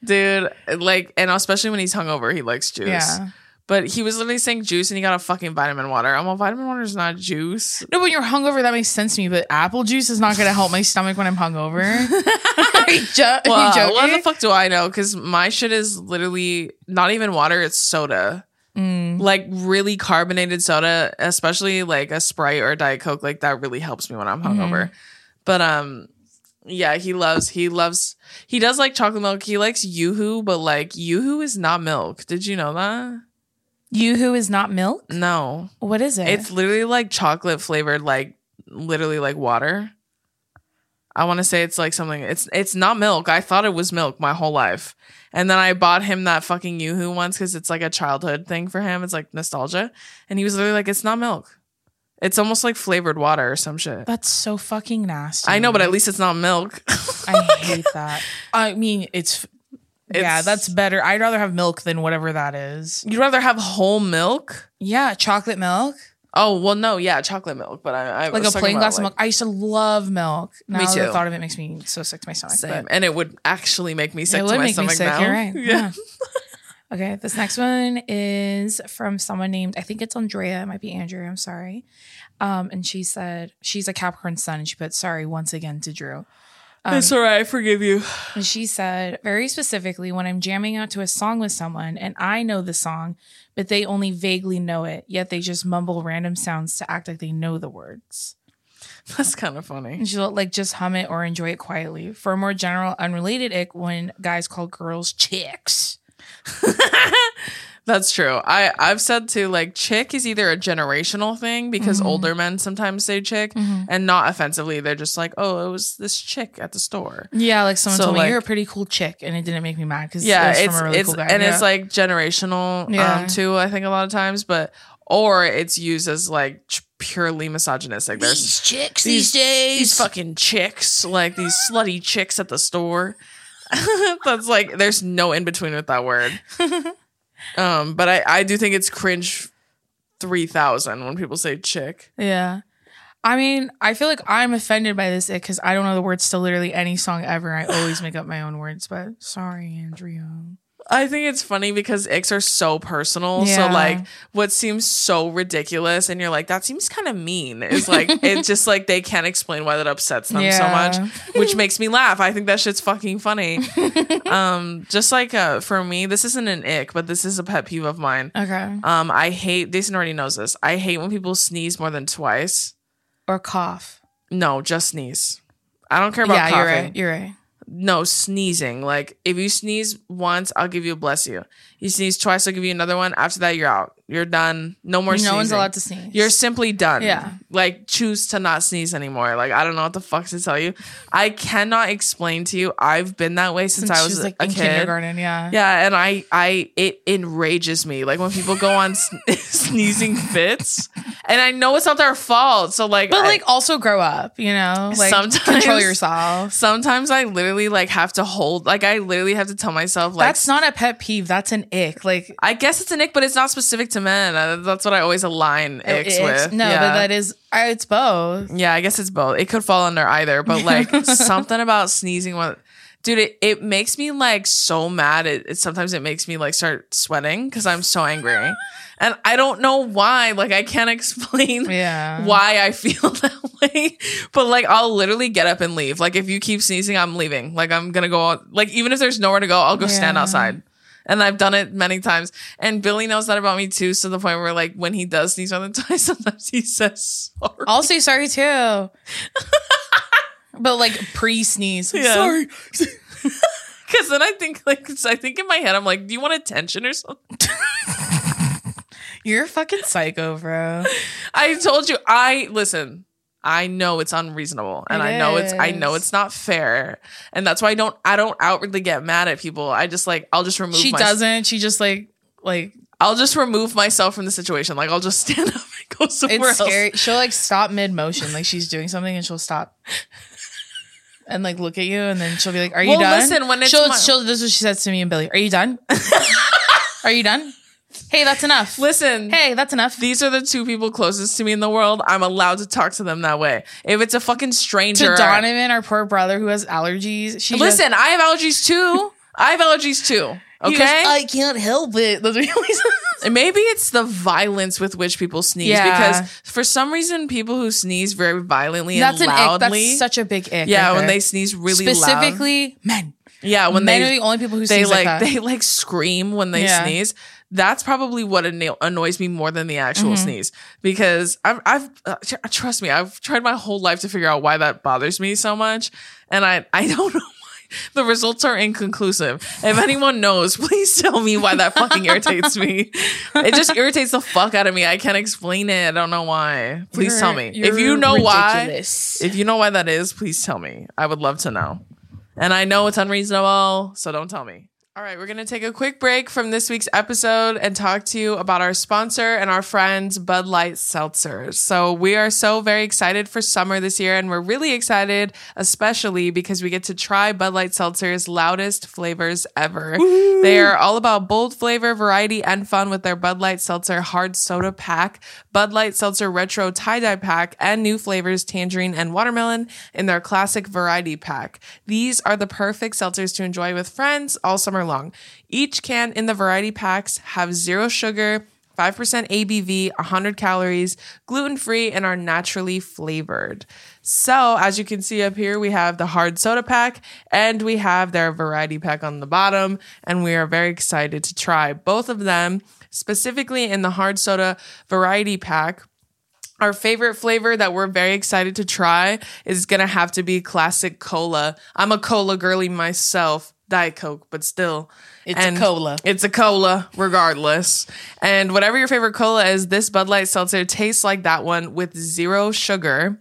dude. Like, and especially when he's hungover, he likes juice.
Yeah.
But he was literally saying juice, and he got a fucking vitamin water. I'm a vitamin water is not juice.
No, when you're hungover, that makes sense to me. But apple juice is not gonna help my stomach when I'm hungover. are you, jo- are you
Well,
joking?
what the fuck do I know? Because my shit is literally not even water; it's soda,
Mm.
like really carbonated soda, especially like a Sprite or a Diet Coke. Like that really helps me when I'm
Mm-hmm.
hungover. But um, yeah, he loves he loves he does like chocolate milk. He likes YooHoo, but like YooHoo is not milk. Did you know that?
Yoo-hoo is not milk.
No,
What is it?
It's literally like chocolate flavored, like literally like water. I want to say it's like something. It's it's not milk. I thought it was milk my whole life, and then I bought him that fucking YooHoo once because it's like a childhood thing for him. It's like nostalgia, and he was literally like, "It's not milk. It's almost like flavored water or some shit."
that's so fucking nasty.
I know, but at least it's not milk.
I hate that. I mean, it's, yeah,
It's-
that's better. I'd rather have milk than whatever that is.
You'd rather have whole milk?
Yeah, chocolate milk,
Oh well, no, yeah, chocolate milk. But I, I
like
was
a
talking
plain
about,
glass
like,
of milk. I used to love milk. Now
Me
The
too.
thought of it makes me so sick to my stomach.
Same,
but
and it would actually make me sick
it
to
would
my
make me
stomach
sick.
now.
You're right. Yeah.
Yeah.
okay, this next one is from someone named I think it's Andrea. It might be Andrew. I'm sorry. Um, and she said she's a Capricorn Sun, and she put sorry once again to Drew. Um,
it's all right. I forgive you.
And she said, very specifically, when I'm jamming out to a song with someone and I know the song, but they only vaguely know it, yet they just mumble random sounds to act like they know the words.
That's kind of funny.
And she'll like just hum it or enjoy it quietly. For a more general, unrelated ick, when guys call girls chicks.
That's true. I I've said too like chick is either a generational thing because
Mhm.
older men sometimes say chick
Mm-hmm.
and not offensively. They're just like, "Oh, it was this chick at the store."
Yeah, like someone
So,
told me
like-
you're a pretty cool chick, and it didn't make me mad because
yeah,
it was
it's
from a really
it's
cool guy.
and
yeah.
it's like generational
Yeah.
um too. I think a lot of times, but or it's used as like ch- purely misogynistic. There's
chicks
these- these fucking chicks, like these slutty chicks at the store. That's like there's no in between with that word. um, but I I do think it's cringe three thousand when people say chick.
yeah. I mean, I feel like I'm offended by this because I don't know the words to literally any song ever. I always make up my own words, but sorry, Andrea.
I think it's funny because icks are so personal.
Yeah.
So like what seems so ridiculous and you're like, that seems kind of mean is like it's just like they can't explain why that upsets them so much. Which makes me laugh. I think that shit's fucking funny. um just like uh for me, this isn't an ick, but this is a pet peeve of mine.
Okay.
Um, I hate Jason already knows this. I hate when people sneeze more than twice.
Or cough.
No, just sneeze. I don't care about
Yeah,
coughing.
you're right. You're right.
No, sneezing. Like if you sneeze once, I'll give you a bless you. You sneeze twice, I'll give you another one. After that, you're out. You're done. No more
no
sneezing.
one's allowed to sneeze.
You're simply done.
Yeah.
Like choose to not sneeze anymore. Like I don't know what the fuck to tell you. I cannot explain to you. I've been that way since, I
she
was
like
a
in
kid.
kindergarten. Yeah.
Yeah, and I, I, it enrages me. Like when people go on sn- sneezing fits, and I know it's not their fault. So like,
But
I-
like also grow up, you know? Like
Sometimes-
control yourself.
sometimes I literally like have to hold. Like I literally have to tell myself like.
that's not a pet peeve. That's an ick. Like
I guess it's an ick, but it's not specific to men. Uh, That's what I always align icks with.
Oh, No,
yeah.
but that is I- it's both.
Yeah, I guess it's both. It could fall under either, but like something about sneezing when dude, it, it makes me like so mad. It, it sometimes it makes me like start sweating because I'm so angry. And I don't know why. Like I can't explain
Yeah.
why I feel that way. But like I'll literally get up and leave. Like if you keep sneezing, I'm leaving. Like I'm gonna go out like even if there's nowhere to go, I'll go stand
Yeah.
outside. And I've done it many times. And Billy knows that about me too, to the point where like when he does sneeze on the time, sometimes he says sorry.
I'll say sorry too. but like pre sneeze.
Yeah.
Sorry.
Because then I think, like, 'cause I think in my head, I'm like, do you want attention or something?
You're a fucking psycho, bro.
I told you, I listen. I know it's unreasonable, and
It
I know it's I know
is.
it's not fair, and that's why I don't I don't outwardly get mad at people. I just like I'll just remove.
she
my-
doesn't. She just like like
I'll just remove myself from the situation. Like I'll just stand up and go somewhere
it's
else.
scary. She'll like stop mid motion. Like she's doing something and she'll stop. And like look at you, and then she'll be like, "Are you
Well,
done?"
listen, when it's
she'll,
my-
she'll, this is what she says to me and Billy. Are you done? Are you done? Hey, that's enough.
Listen,
Hey, that's enough.
these are the two people closest to me in the world. I'm allowed to talk to them that way. If it's a fucking
to
stranger,
Donovan, our poor brother who has allergies. She
listen. I have allergies too. I have allergies too. Okay,
can't help it. Those are the only-
And Maybe it's the violence with which people sneeze
Yeah.
because for some reason people who sneeze very violently
That's
and
an ick.
loudly.
That's such a big ick. right
yeah, when
there.
they sneeze really loud.
specifically men.
Yeah, when
men
they
are the only people who
they
sneeze
like,
like, that.
they like scream when they
Yeah.
sneeze. That's probably what anno- annoys me more than the actual
Mm-hmm.
sneeze because I've, I've uh, tr- trust me, I've tried my whole life to figure out why that bothers me so much, and I I don't know why. The results are inconclusive. If anyone knows, please tell me why that fucking irritates me. It just irritates the fuck out of me. I can't explain it. I don't know why. Please tell me
You're-
if you
you're
know why.
ridiculous.
If you know why that is, please tell me. I would love to know. And I know it's unreasonable, so don't tell me. All right, we're going to take a quick break from this week's episode and talk to you about our sponsor and our friends, Bud Light Seltzer. So, we are so very excited for summer this year, and we're really excited, especially because we get to try Bud Light Seltzer's loudest flavors ever. They are all about bold flavor, variety, and fun with their Bud Light Seltzer Hard Soda Pack, Bud Light Seltzer Retro Tie Dye Pack, and new flavors, Tangerine and Watermelon, in their Classic Variety Pack. These are the perfect seltzers to enjoy with friends all summer long. Each can in the variety packs have zero sugar, 5% ABV, 100 calories, gluten free, and are naturally flavored. So, as you can see up here, we have the hard soda pack and we have their variety pack on the bottom. And we are very excited to try both of them, specifically in the hard soda variety pack. Our favorite flavor that we're very excited to try is gonna have to be classic cola. I'm a cola girly myself, Diet Coke, but still.
It's a cola.
It's a cola, regardless. And whatever your favorite cola is, this Bud Light Seltzer tastes like that one with zero sugar.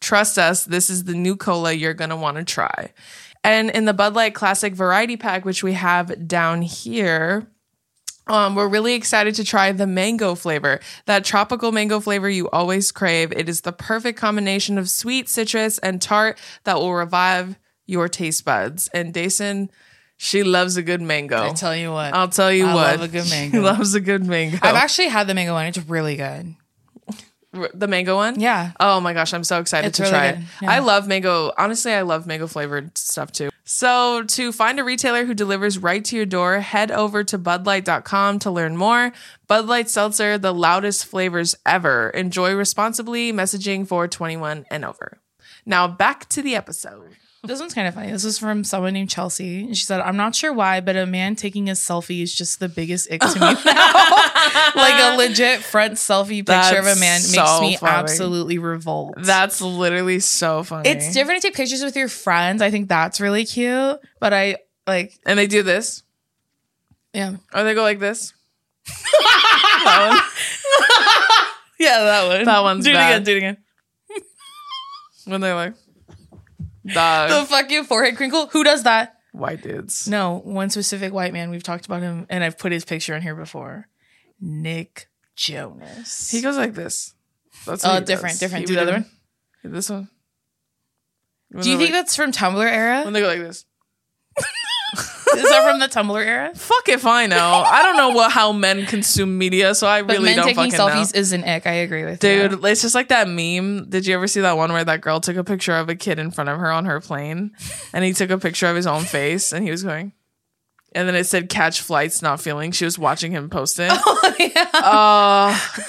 Trust us, this is the new cola you're gonna wanna try. And in the Bud Light Classic Variety Pack, which we have down here, um, we're really excited to try the mango flavor, that tropical mango flavor you always crave. It is the perfect combination of sweet, citrus, and tart that will revive your taste buds. And Dason, she loves a good mango.
I tell you what.
I'll tell you
I
what.
love a good
She
mango.
loves a good mango.
I've actually had the mango one. It's really good.
R- the mango one?
Yeah.
Oh my gosh, I'm so excited
It's
to
really
try it.
good. Yeah.
I love mango. Honestly, I love mango flavored stuff too. So, to find a retailer who delivers right to your door, head over to budlight.com to learn more. Bud Light Seltzer, the loudest flavors ever. Enjoy responsibly. Messaging for 21 and over. Now, back to the episode.
This one's kind of funny. This is from someone named Chelsea. And she said, I'm not sure why, but a man taking a selfie is just the biggest ick to me now. like a legit front selfie picture of a
That's
man
so
makes me
funny.
absolutely revolt.
That's literally so funny.
it's different to take pictures with your friends. I think that's really cute. But I like,
And they do this,
yeah.
or they go like this.
Yeah, that one.
That one's
Do it
bad.
again, do it again.
When they're like, dog.
The fucking forehead crinkle. Who does that?
white dudes.
No, one specific white man. We've talked about him and I've put his picture on here before. Nick Jonas.
He goes like this. That's what
Oh,
he
different,
does.
different.
He
Do the
would-
other one.
This one. When
Do you
they're
think
like,
that's from Tumblr era?
when they go like this?
Is that from the Tumblr era?
Fuck if I know. I don't know what how men consume media, so I
But
really
men
don't
taking
fucking
selfies
know.
is an ick. I agree with you.
Dude, it's just like that meme. Did you ever see that one where that girl took a picture of a kid in front of her on her plane, and he took a picture of his own face, and he was going, and then it said "catch flights, not feeling." She was watching him post it. Oh,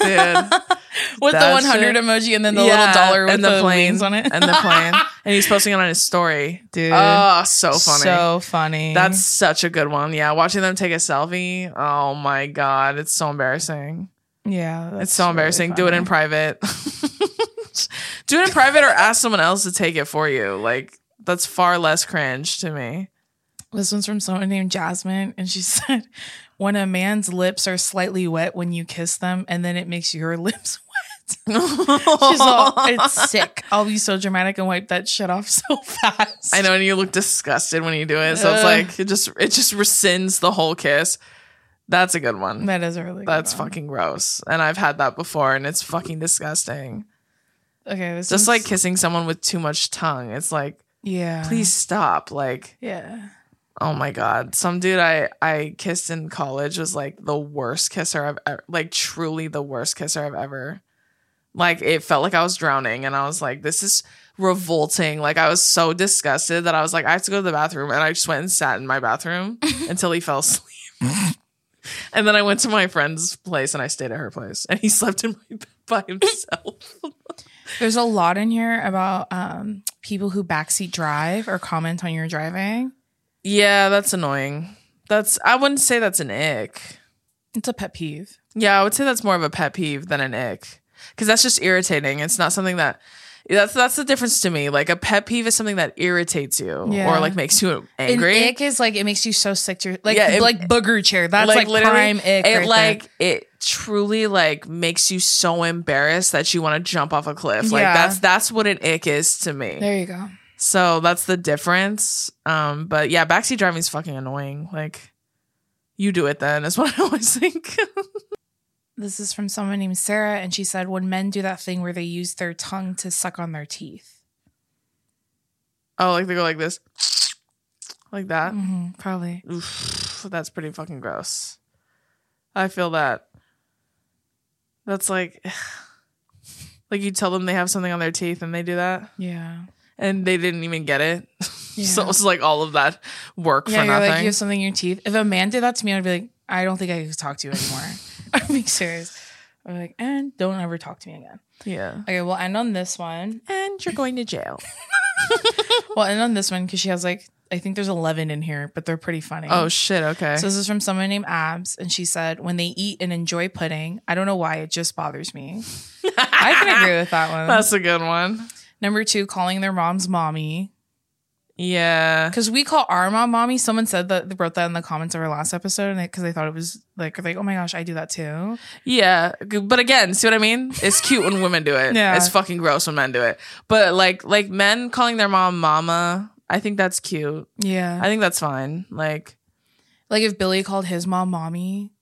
with
dude.
the
that
100
shit.
emoji and then the
Yeah,
little dollar with
and
the,
the plane
wings on it.
and the plane, and he's posting it on his story.
Dude.
oh, so funny.
So funny.
That's such a good one. Yeah, watching them take a selfie. Oh my god, it's so embarrassing.
yeah.
it's so embarrassing. Do it in private. Do it in private or ask someone else to take it for you. Like that's far less cringe to me.
This one's from someone named Jasmine, and she said, "When a man's lips are slightly wet when you kiss them, and then it makes your lips wet." She's all, "It's sick. I'll be so dramatic and wipe that shit off so fast."
I know, and you look disgusted when you do it. So it's
Ugh.
like it just it just rescinds the whole kiss. That's a good one.
that is a really. good
That's
one.
fucking gross. And I've had that before and it's fucking disgusting.
Okay, this
Just
one's-
like kissing someone with too much tongue. It's like,
yeah,
please stop. Like
yeah.
Oh my god. Some dude I I kissed in college was like the worst kisser I've ever like truly the worst kisser I've ever. Like it felt like I was drowning and I was like this is revolting. Like I was so disgusted that I was like I have to go to the bathroom and I just went and sat in my bathroom until he fell asleep. and then I went to my friend's place and I stayed at her place and he slept in my bed by himself.
There's a lot in here about um, people who backseat drive or comment on your driving.
yeah, that's annoying. That's I wouldn't say that's an ick.
It's a pet peeve.
Yeah, I would say that's more of a pet peeve than an ick. Because that's just irritating. It's not something that that's that's the difference to me. Like a pet peeve is something that irritates you
Yeah.
or like makes you angry.
An ick is like it makes you so sick to your like
Yeah, it-
like booger chair. That's like, prime ick.
It
right there.
like it truly like makes you so embarrassed that you want to jump off a cliff. Like
Yeah.
that's that's what an ick is to me.
there you go.
So that's the difference. Um, but yeah, backseat driving is fucking annoying. Like you do it then is what I always think.
This is from someone named Sarah, and she said, When men do that thing where they use their tongue to suck on their teeth.
oh, like they go like this. Like that.
hmm probably.
Oof, that's pretty fucking gross. I feel that. That's like, like you tell them they have something on their teeth and they do that,
Yeah.
and they didn't even get it. so
Yeah.
it's like all of that work
Yeah,
for
you're
nothing.
like, you have something in your teeth. If a man did that to me, I'd be like, I don't think I could talk to you anymore. I'm being serious. I'm like, and don't ever talk to me again.
yeah,
Okay, we'll end on this one.
and you're going to jail.
We'll end on this one because she has like, I think there's 11 in here, but they're pretty funny.
oh shit. Okay.
So this is from someone named Abs, and she said, "When they eat and enjoy pudding, I don't know why it just bothers me. I can agree with that one.
That's a good one.
Number two, calling their mom's mommy.
Yeah.
Because we call our mom mommy. Someone said that they wrote that in the comments of our last episode, and because they thought it was like, like, oh my gosh, I do that too.
Yeah, g- but again, see what I mean? It's cute when women do it.
Yeah.
It's fucking gross when men do it. But like like men calling their mom mama, I think that's cute.
Yeah.
I think that's fine. Like
like if Billy called his mom mommy.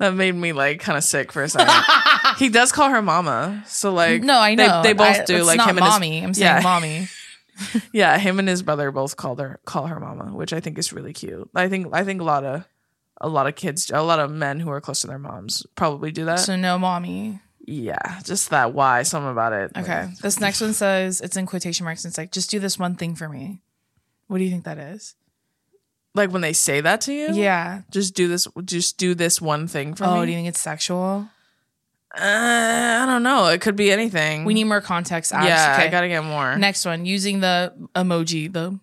that made me like kind of sick for a second. he does call her mama. So like
no, I
they-
know
They, both
I-
do.
it's
like
not
him and
mommy. I'm saying
yeah.
mommy.
his Yeah, him and his brother both call their call her mama, which I think is really cute. I think I think a lot of a lot of kids, a lot of men who are close to their moms probably do that.
So no mommy.
yeah, just that why something about it. like,
Okay. This next one says it's in quotation marks. And it's like just do this one thing for me. What do you think that is?
like when they say that to you
Yeah.
just do this just do this one thing for
oh,
me
do you think it's sexual?
uh, i don't know it could be anything
We need more context. Abs.
yeah
Okay.
i gotta get more
Next one, using the emoji, the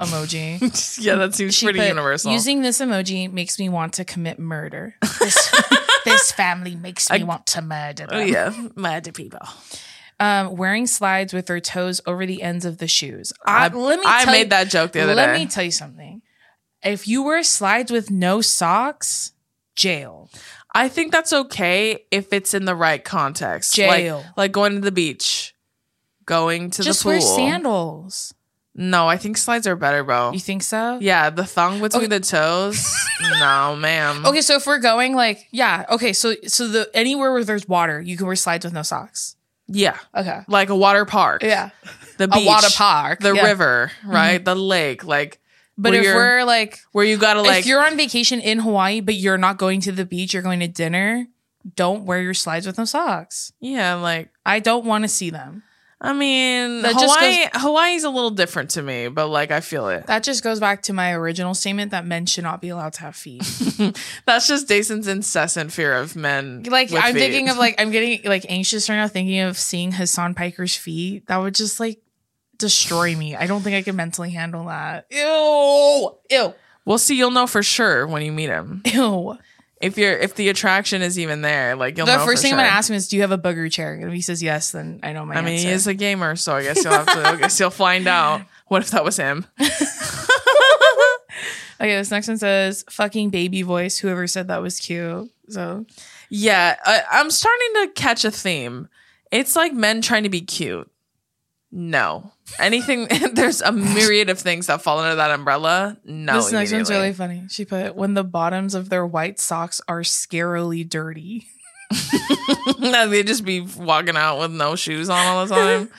emoji.
yeah that seems
She
pretty
put,
universal
Using this emoji makes me want to commit murder. This, this family makes me
I-
want to murder them.
oh yeah murder people
Um, wearing slides with their toes over the ends of the shoes.
i,
I, let me.
I
tell
made
you,
that joke the other
let
day
me tell you something. If you wear slides with no socks, jail.
i think that's okay if it's in the right context
Jail.
like, like going to the beach going to
Just
the pool
wear sandals.
no i think slides are better bro
You think so?
yeah the thong between
Okay.
the toes no ma'am
Mm-hmm. Okay, so if we're going like yeah, okay, so so the anywhere where there's water, you can wear slides with no socks.
yeah
Okay.
like a water park
Yeah.
the
A
beach
water park.
the
yeah. Mm-hmm.
river, right? The lake, like
But
where
if
you're-
we're like
where you gotta like
if you're on vacation in Hawaii, but you're not going to the beach, you're going to dinner, don't wear your slides with no socks.
yeah, like
I don't want to see them.
I mean,
That just
Hawaii Hawaii's a little different to me, but like I feel it.
That just goes back to my original statement that men should not be allowed to have feet.
That's just Jason's incessant fear of men.
Like
with
I'm
feet.
thinking of like I'm getting like anxious right now thinking of seeing Hassan Piker's feet. That would just like destroy me. I don't think I can mentally handle that. Ew. Ew.
We'll see. You'll know for sure when you meet him
Ew.
if you're if the attraction is even there. Like you'll
the
know
first
for
thing
sure.
I'm gonna ask him is, "Do you have a booger chair?" And if he says yes, then I know my.
I mean,
answer.
he is a gamer, so I guess you'll have to. I guess you'll find out. What if that was him?
Okay, this next one says fucking baby voice. Whoever said that was cute. So
Yeah, I, I'm starting to catch a theme. It's like men trying to be cute. No, anything. there's a myriad of things that fall under that umbrella. No,
this next one's really
immediately.
funny. She put when the bottoms of their white socks are scarily dirty.
No, they just be walking out with no shoes on all the time.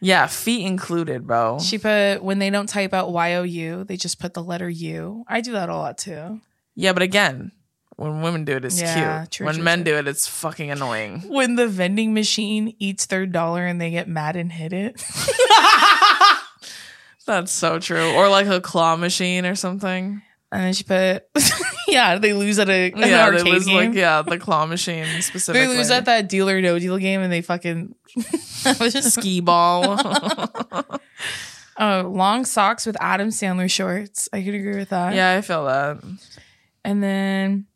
yeah, feet included, bro.
She put when they don't type out Y O U, they just put the letter U. I do that a lot too.
yeah, but again, when women do it, it's
Yeah,
cute.
true,
when
true,
men
true.
do it, it's fucking annoying.
When the vending machine eats their dollar and they get mad and hit it.
That's so true. Or like a claw machine or something.
and then she put Yeah, they lose at a an
Yeah, they
arcade
lose
game.
like yeah, the claw machine specifically.
They lose at that deal or no deal game and they fucking I was just
ski ball.
Oh, long socks with Adam Sandler shorts. I could agree with that.
yeah, I feel that.
And then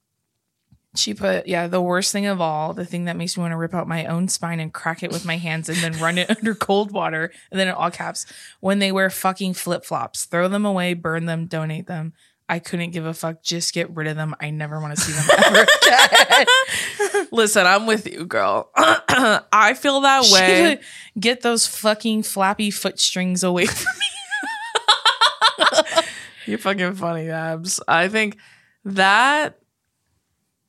she put, yeah, the worst thing of all, the thing that makes me want to rip out my own spine and crack it with my hands and then run it under cold water. And then in all caps, when they wear fucking flip flops, throw them away, burn them, donate them. I couldn't give a fuck. Just get rid of them. I never want to see them ever again.
Listen, I'm with you, girl. I feel that
She
way.
put, get those fucking flappy foot strings away from me.
You're fucking funny, abs. I think that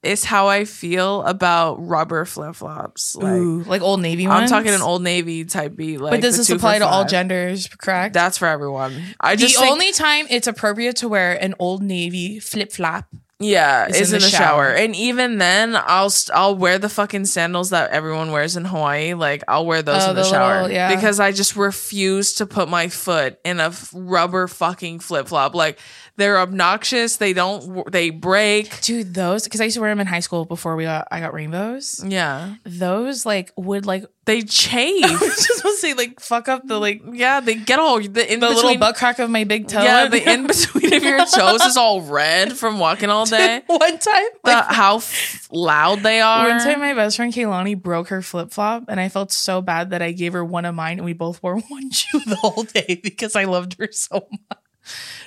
is how I feel about rubber flip flops. Like
Ooh, like old navy ones.
I'm talking an old navy type B. Like,
but does
the
this
two for
apply to all
five.
genders? Correct.
That's for everyone. I
the
just think-
only time it's appropriate to wear an old navy flip flop.
yeah
is
is,
in
in,
the
the
shower.
shower. and even then I'll st- I'll wear the fucking sandals that everyone wears in Hawaii. Like I'll wear those
Oh,
in the,
the
shower
little- yeah.
because I just refuse to put my foot in a f- rubber fucking flip flop. Like they're obnoxious. They don't. w- They break.
Dude, those because I used to wear them in high school before we got I got rainbows.
Yeah,
Those like would like
They chafe.
just want to say like fuck up the like
yeah, they get all the in
the
between.
little butt crack of my big toe.
yeah, the in between of your toes is all red from walking all day.
one time,
The,
like,
how f- loud they are.
one time, my best friend Kaylani broke her flip flop, and I felt so bad that I gave her one of mine, and we both wore one shoe the whole day because I loved her so much.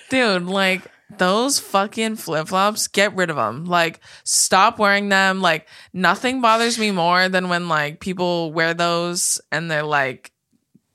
dude like those fucking flip-flops get rid of them like stop wearing them like nothing bothers me more than when like people wear those and they're like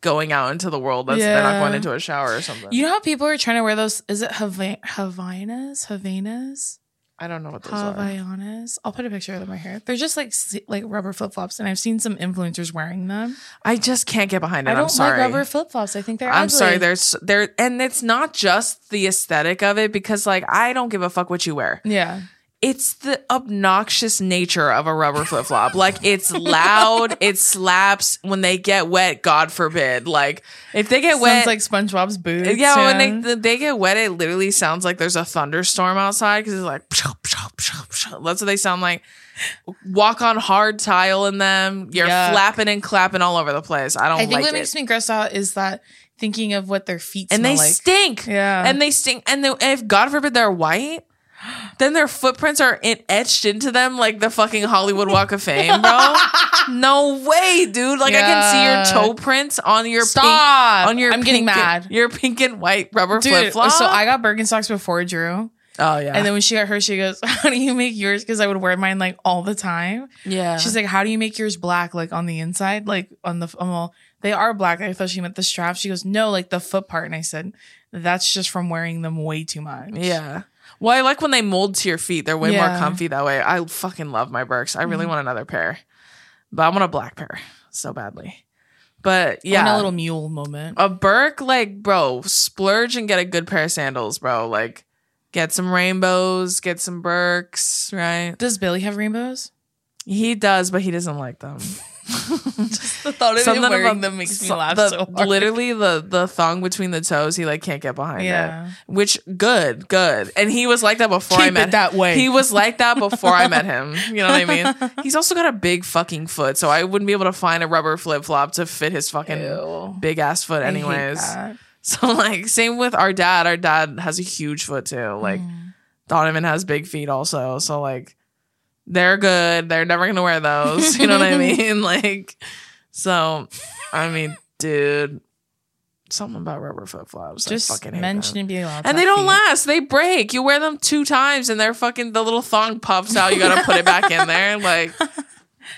going out into the world that's they're
Yeah.
not going into a shower or something
You know how people are trying to wear those? Is it Hava- Havanas? Havanas?
i don't know what those are
Havanas? I'll put a picture of them right here. They're just like s- like rubber flip flops, and I've seen some influencers wearing them.
i just can't get behind it
I don't
am sorry
like rubber flip flops. I think they're.
I'm
ugly.
sorry. There's there, and it's not just the aesthetic of it because, like, I don't give a fuck what you wear.
Yeah.
it's the obnoxious nature of a rubber flip flop. like it's loud, it slaps when they get wet. God forbid. Like if they get
Sounds
wet,
like SpongeBob's boots.
yeah, when
and-
they they get wet, it literally sounds like there's a thunderstorm outside because it's like pshaw, pshaw, pshaw, pshaw. that's what they sound like. Walk on hard tile in them. You're
Yuck.
flapping and clapping all over the place. I don't
I think
like
what
it.
makes me gross out is that thinking of what their feet
and
smell
they
like.
stink.
yeah.
and they stink. And, they, and if God forbid they're white, then their footprints are in, etched into them like the fucking Hollywood Walk of Fame, bro. no way, dude. Like I can see
Yeah.
your toe prints on your pink,
stop
on your
I'm getting
pink and-
mad.
your pink and white rubber
Dude,
flip flop.
so I got Birkenstocks before Drew,
oh yeah,
and then when she got her, she goes, "How do you make yours?" Because I would wear mine like all the time.
yeah,
She's like, "How do you make yours black, like on the inside, like on the um, well, they are black." I thought she meant the strap. She goes, "No, like the foot part." And I said, "That's just from wearing them way too much."
yeah. Well, I like when they mold to your feet. They're way
Yeah. Mm-hmm.
more comfy that way. I fucking love my Birks. I really want another pair, but I want a black pair so badly. But yeah,
On a little mule moment.
A Burke, like, bro, splurge and get a good pair of sandals, bro. Like, get some rainbows, get some Burks, right?
Does Billy have rainbows?
He does, but he doesn't like them.
Just the thought
Something
him
about- so- the- Literally, the the thong between the toes, he like can't get behind it.
yeah.
Which good, good. And he was like that before I
Keep
met
it
him.
that way.
He was like that before I met him. You know what I mean? He's also got a big fucking foot, so I wouldn't be able to find a rubber flip flop to fit his fucking
Ew.
big ass foot,
I hate
anyways.
that.
So like same with our dad. Our dad has a huge foot too. Like
Mm.
Donovan has big feet also. So like they're good. They're never gonna wear those. You know what I mean? Like so I mean, dude, something about rubber flip flops. I
just
fucking hate
mention
them.
and be allowed. to
And they
have
don't
feet.
last. They break. You wear them two times and they're fucking the little thong puffs out. You gotta put it back in there. Like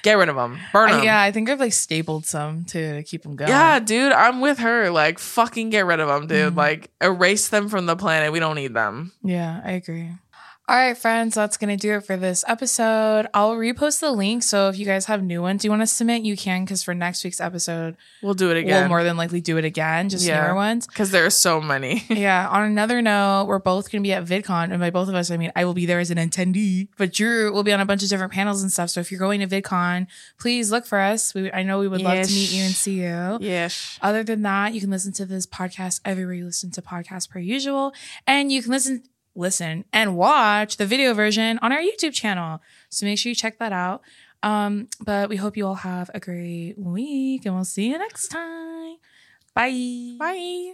get rid of them. Burn them.
I, Uh, yeah, I think I've like stapled some too to keep them going.
Yeah, dude, I'm with her. Like, fucking get rid of them, dude.
Mhm.
Like, erase them from the planet. We don't need them.
Yeah, I agree. All right, friends, that's going to do it for this episode. I'll repost the link. So if you guys have new ones you want to submit, you can, because for next week's episode,
We'll do it
we'll
again
more than likely do it again, just
Yeah.
newer ones.
because there are so many.
Yeah. On another note, we're both going to be at VidCon, and by both of us, I mean I will be there as an attendee, but Drew will be on a bunch of different panels and stuff. So if you're going to VidCon, please look for us. We, I know we would love
Yes.
to meet you and see you.
yes.
Other than that, you can listen to this podcast everywhere you listen to podcasts per usual, and you can listen, listen, and watch the video version on our YouTube channel. So make sure you check that out. Um, but we hope you all have a great week, and we'll see you next time. Bye.
Bye.